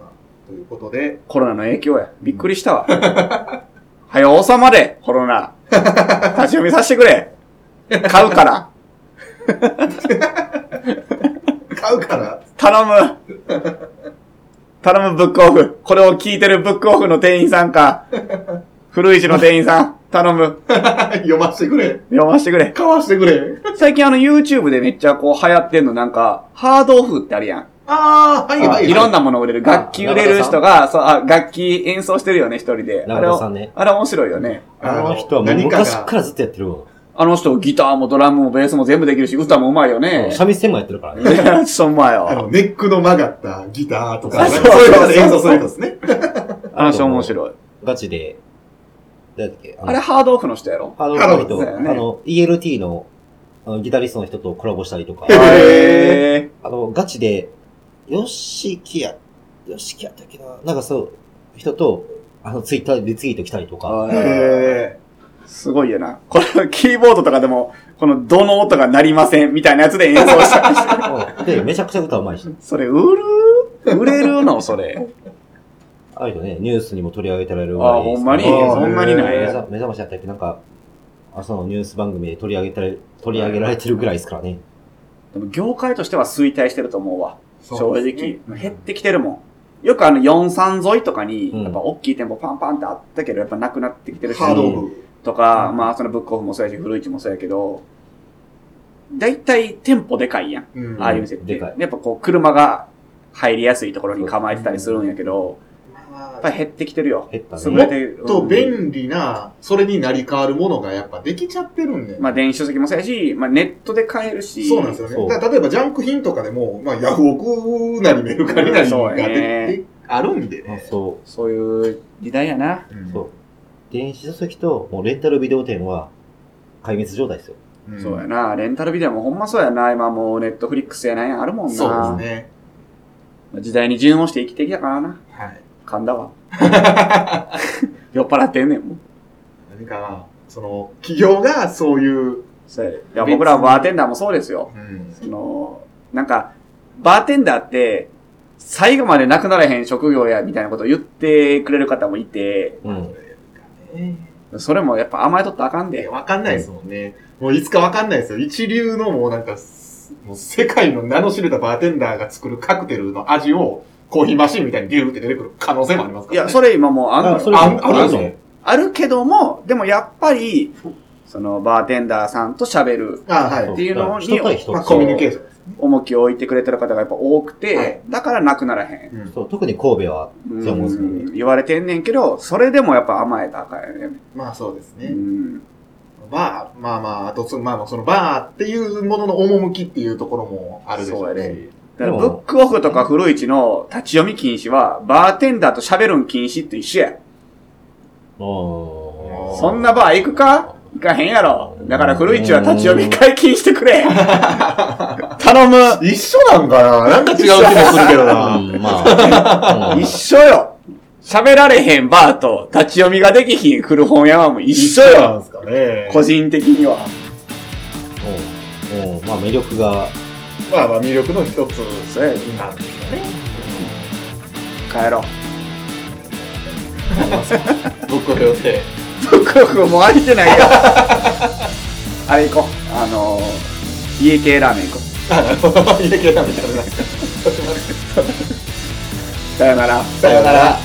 Speaker 1: まあということで、
Speaker 2: コロナの影響や。びっくりしたわ。はよ、収まれ、コロナ。立ち読みさせてくれ。買うから。
Speaker 1: 買うから、 <laughs>
Speaker 2: 頼む。頼む、ブックオフ。これを聞いてるブックオフの店員さんか。古市の店員さん、頼む。
Speaker 1: 読ませてくれ。
Speaker 2: 読ませてくれ。
Speaker 1: 買わしてくれ。
Speaker 2: 最近あの YouTube でめっちゃこう流行ってんのなんか、ハードオフってあるやん。
Speaker 1: ああ、はいはい。
Speaker 2: いろんなもの売れる。楽器売れる人が、そう、あ、楽器演奏してるよね、一人で。あれ
Speaker 3: 中田さ
Speaker 2: を、
Speaker 3: んね。
Speaker 2: あれ面白いよね。
Speaker 3: あの人はもう
Speaker 1: 何か
Speaker 3: 昔
Speaker 1: が
Speaker 3: からずっとやってるも
Speaker 2: あの人、ギターもドラムもベースも全部できるし、歌も上手いよ <laughs>
Speaker 3: ん。
Speaker 2: ね。
Speaker 3: 三味線もやってるからね。
Speaker 2: そう、まい
Speaker 1: あの、
Speaker 2: よ。
Speaker 1: ネックの曲がったギターとか、
Speaker 2: あ
Speaker 1: そ
Speaker 2: <laughs> そうう
Speaker 1: いうことで演奏するんですね。
Speaker 2: あの人面白い。
Speaker 3: ガチで、誰だっけあ
Speaker 2: あれ、ハードオフの人やろ
Speaker 3: あの、
Speaker 1: ハロ
Speaker 3: あ
Speaker 1: ー
Speaker 3: の人、
Speaker 2: だよね
Speaker 3: あの、ELT のあのギタリストの人とコラボしたりとか、
Speaker 1: へ
Speaker 2: へ
Speaker 3: あの、ガチで、ヨシキや、ヨシキやったっけな、なんかそう、人と、あの、ツイッターでリツイート来たりとか、
Speaker 2: ー。すごいよな。これ、キーボードとかでも、この、どの音が鳴りません、みたいなやつで演奏したりして。
Speaker 3: うんで、めちゃくちゃ歌うまいし、
Speaker 2: それ、売る売れるのそれ。
Speaker 3: ある人ね、ニュースにも取り上げてられるぐら
Speaker 2: あ、
Speaker 3: い
Speaker 2: ほんまに、
Speaker 1: あー
Speaker 2: そんなにな
Speaker 3: 目
Speaker 2: い。
Speaker 3: 覚目覚ましやったっけなんか、朝のニュース番組で取り上げたれ取り上げられてるぐらいですからね。
Speaker 2: でも業界としては衰退してると思うわ。
Speaker 1: そう
Speaker 2: 正
Speaker 1: です
Speaker 2: 直
Speaker 1: ね。
Speaker 2: 減ってきてるもん。よくあの43沿いとかに、
Speaker 3: うん
Speaker 2: やっぱ大きい店舗パンパンってあったけど、やっぱなくなってきてるし、
Speaker 1: ハードオフ。
Speaker 2: とか、
Speaker 1: うん
Speaker 2: まあそのブックオフもそうやし、古市もそうやけど、だいたい店舗でかいやん。
Speaker 1: うん
Speaker 2: ああいう店って。
Speaker 3: でかい
Speaker 2: やっぱこう車が入りやすいところに構えてたりするんやけど、
Speaker 1: ま
Speaker 2: やっぱ
Speaker 1: あ
Speaker 2: り減ってきてるよ。
Speaker 3: 減った
Speaker 2: 優れ
Speaker 3: ね。
Speaker 2: てる。
Speaker 1: と
Speaker 2: 利。
Speaker 1: 便利な、それになり変わるものがやっぱできちゃってるんで。
Speaker 2: まあ電子書籍もそうやし、まあネットで買えるし。
Speaker 1: そうなんですよ
Speaker 3: そ
Speaker 1: ね。
Speaker 3: う
Speaker 1: だから例えばジャンク品とかでも、まあヤフオクなりメルカリなり
Speaker 2: そう
Speaker 1: が
Speaker 2: や
Speaker 1: 出
Speaker 2: ね
Speaker 1: てあるんで
Speaker 3: あ
Speaker 1: ね。
Speaker 3: そ
Speaker 2: そういう時代やな。
Speaker 1: うん
Speaker 3: う、そう。電子書籍と、もうレンタルビデオ店は、壊滅状態ですよ。
Speaker 1: うん
Speaker 2: そうやな。レンタルビデオもほんまそうやな。今もうネットフリックスやなんやあるもんな。
Speaker 1: そうですね。
Speaker 2: 時代に順応して生きてきたからな。
Speaker 1: はい。
Speaker 2: 噛んだわ。
Speaker 1: <laughs>
Speaker 2: <laughs> 酔っ払ってんねんもん。
Speaker 1: 何か、その、企業がそういう、
Speaker 2: そうやでいや僕らバーテンダーもそうですよ。
Speaker 1: うん
Speaker 2: その、なんか、バーテンダーって、最後までなくならへん職業や、みたいなことを言ってくれる方もいて、
Speaker 3: うん。
Speaker 1: ね
Speaker 2: それもやっぱ甘えとったらあかん
Speaker 1: え
Speaker 2: で。
Speaker 1: わかんないですもんね。もういつかわかんないですよ。一流のもうなんか、すもう世界の名の知れたバーテンダーが作るカクテルの味を、コーヒーマシンみたいにビューって出てくる可能性もありますか
Speaker 2: い
Speaker 1: ら、
Speaker 2: <laughs> や、
Speaker 1: ね。
Speaker 2: それ今もうあんのよ
Speaker 3: あそれ
Speaker 1: ああるんです
Speaker 3: あ
Speaker 1: ね。
Speaker 2: あるけども、でもやっぱり、その、バーテンダーさんと喋る
Speaker 1: あは
Speaker 3: そ
Speaker 1: い。
Speaker 2: っていうのに
Speaker 3: 人対人。
Speaker 1: まあ、コミュニケーションです。
Speaker 2: 重きを置いてくれてる方がやっぱ多くて、
Speaker 1: はい
Speaker 2: だからなくならへん。
Speaker 1: うん
Speaker 3: そう、特に神戸は、そう思うんですけどね
Speaker 2: うん言われてんねんけど、それでもやっぱ甘えたらあかんよね。
Speaker 1: まあそうです
Speaker 2: う
Speaker 1: ね。
Speaker 2: ん。
Speaker 1: バー、まあまあ、あとその、まあまあそのバーっていうものの趣っていうところもあるでしょう
Speaker 2: そうや
Speaker 1: ね。
Speaker 2: だからブックオフとか古市の立ち読み禁止は、バーテンダーと喋るん禁止と一緒や。
Speaker 3: あー
Speaker 2: そんなバー行くか行かへんやろ。だから古市は立ち読み解禁してくれ。 <laughs> 頼む。
Speaker 1: 一緒なんかななんか違う気もするけど
Speaker 3: う
Speaker 1: な。
Speaker 3: ん、まあ。うん
Speaker 2: 一緒よ。喋られへんバーと立ち読みができひん古本屋はもう一緒
Speaker 1: なん
Speaker 2: よ。
Speaker 1: ですかね。
Speaker 2: 個人的には。
Speaker 3: うんうんまあ魅力が、
Speaker 1: まあまあ魅力の一つ
Speaker 2: そうやで
Speaker 1: なんですよね。
Speaker 2: 帰ろう。
Speaker 1: 僕を寄って。
Speaker 2: <laughs> ブックオフもう開いてないよ。あれ行こう。あのー、家系ラーメン行こう。
Speaker 1: あ、なるほど。 <laughs> 入れ切れたみたいな。
Speaker 2: さよなら。
Speaker 1: さようなら。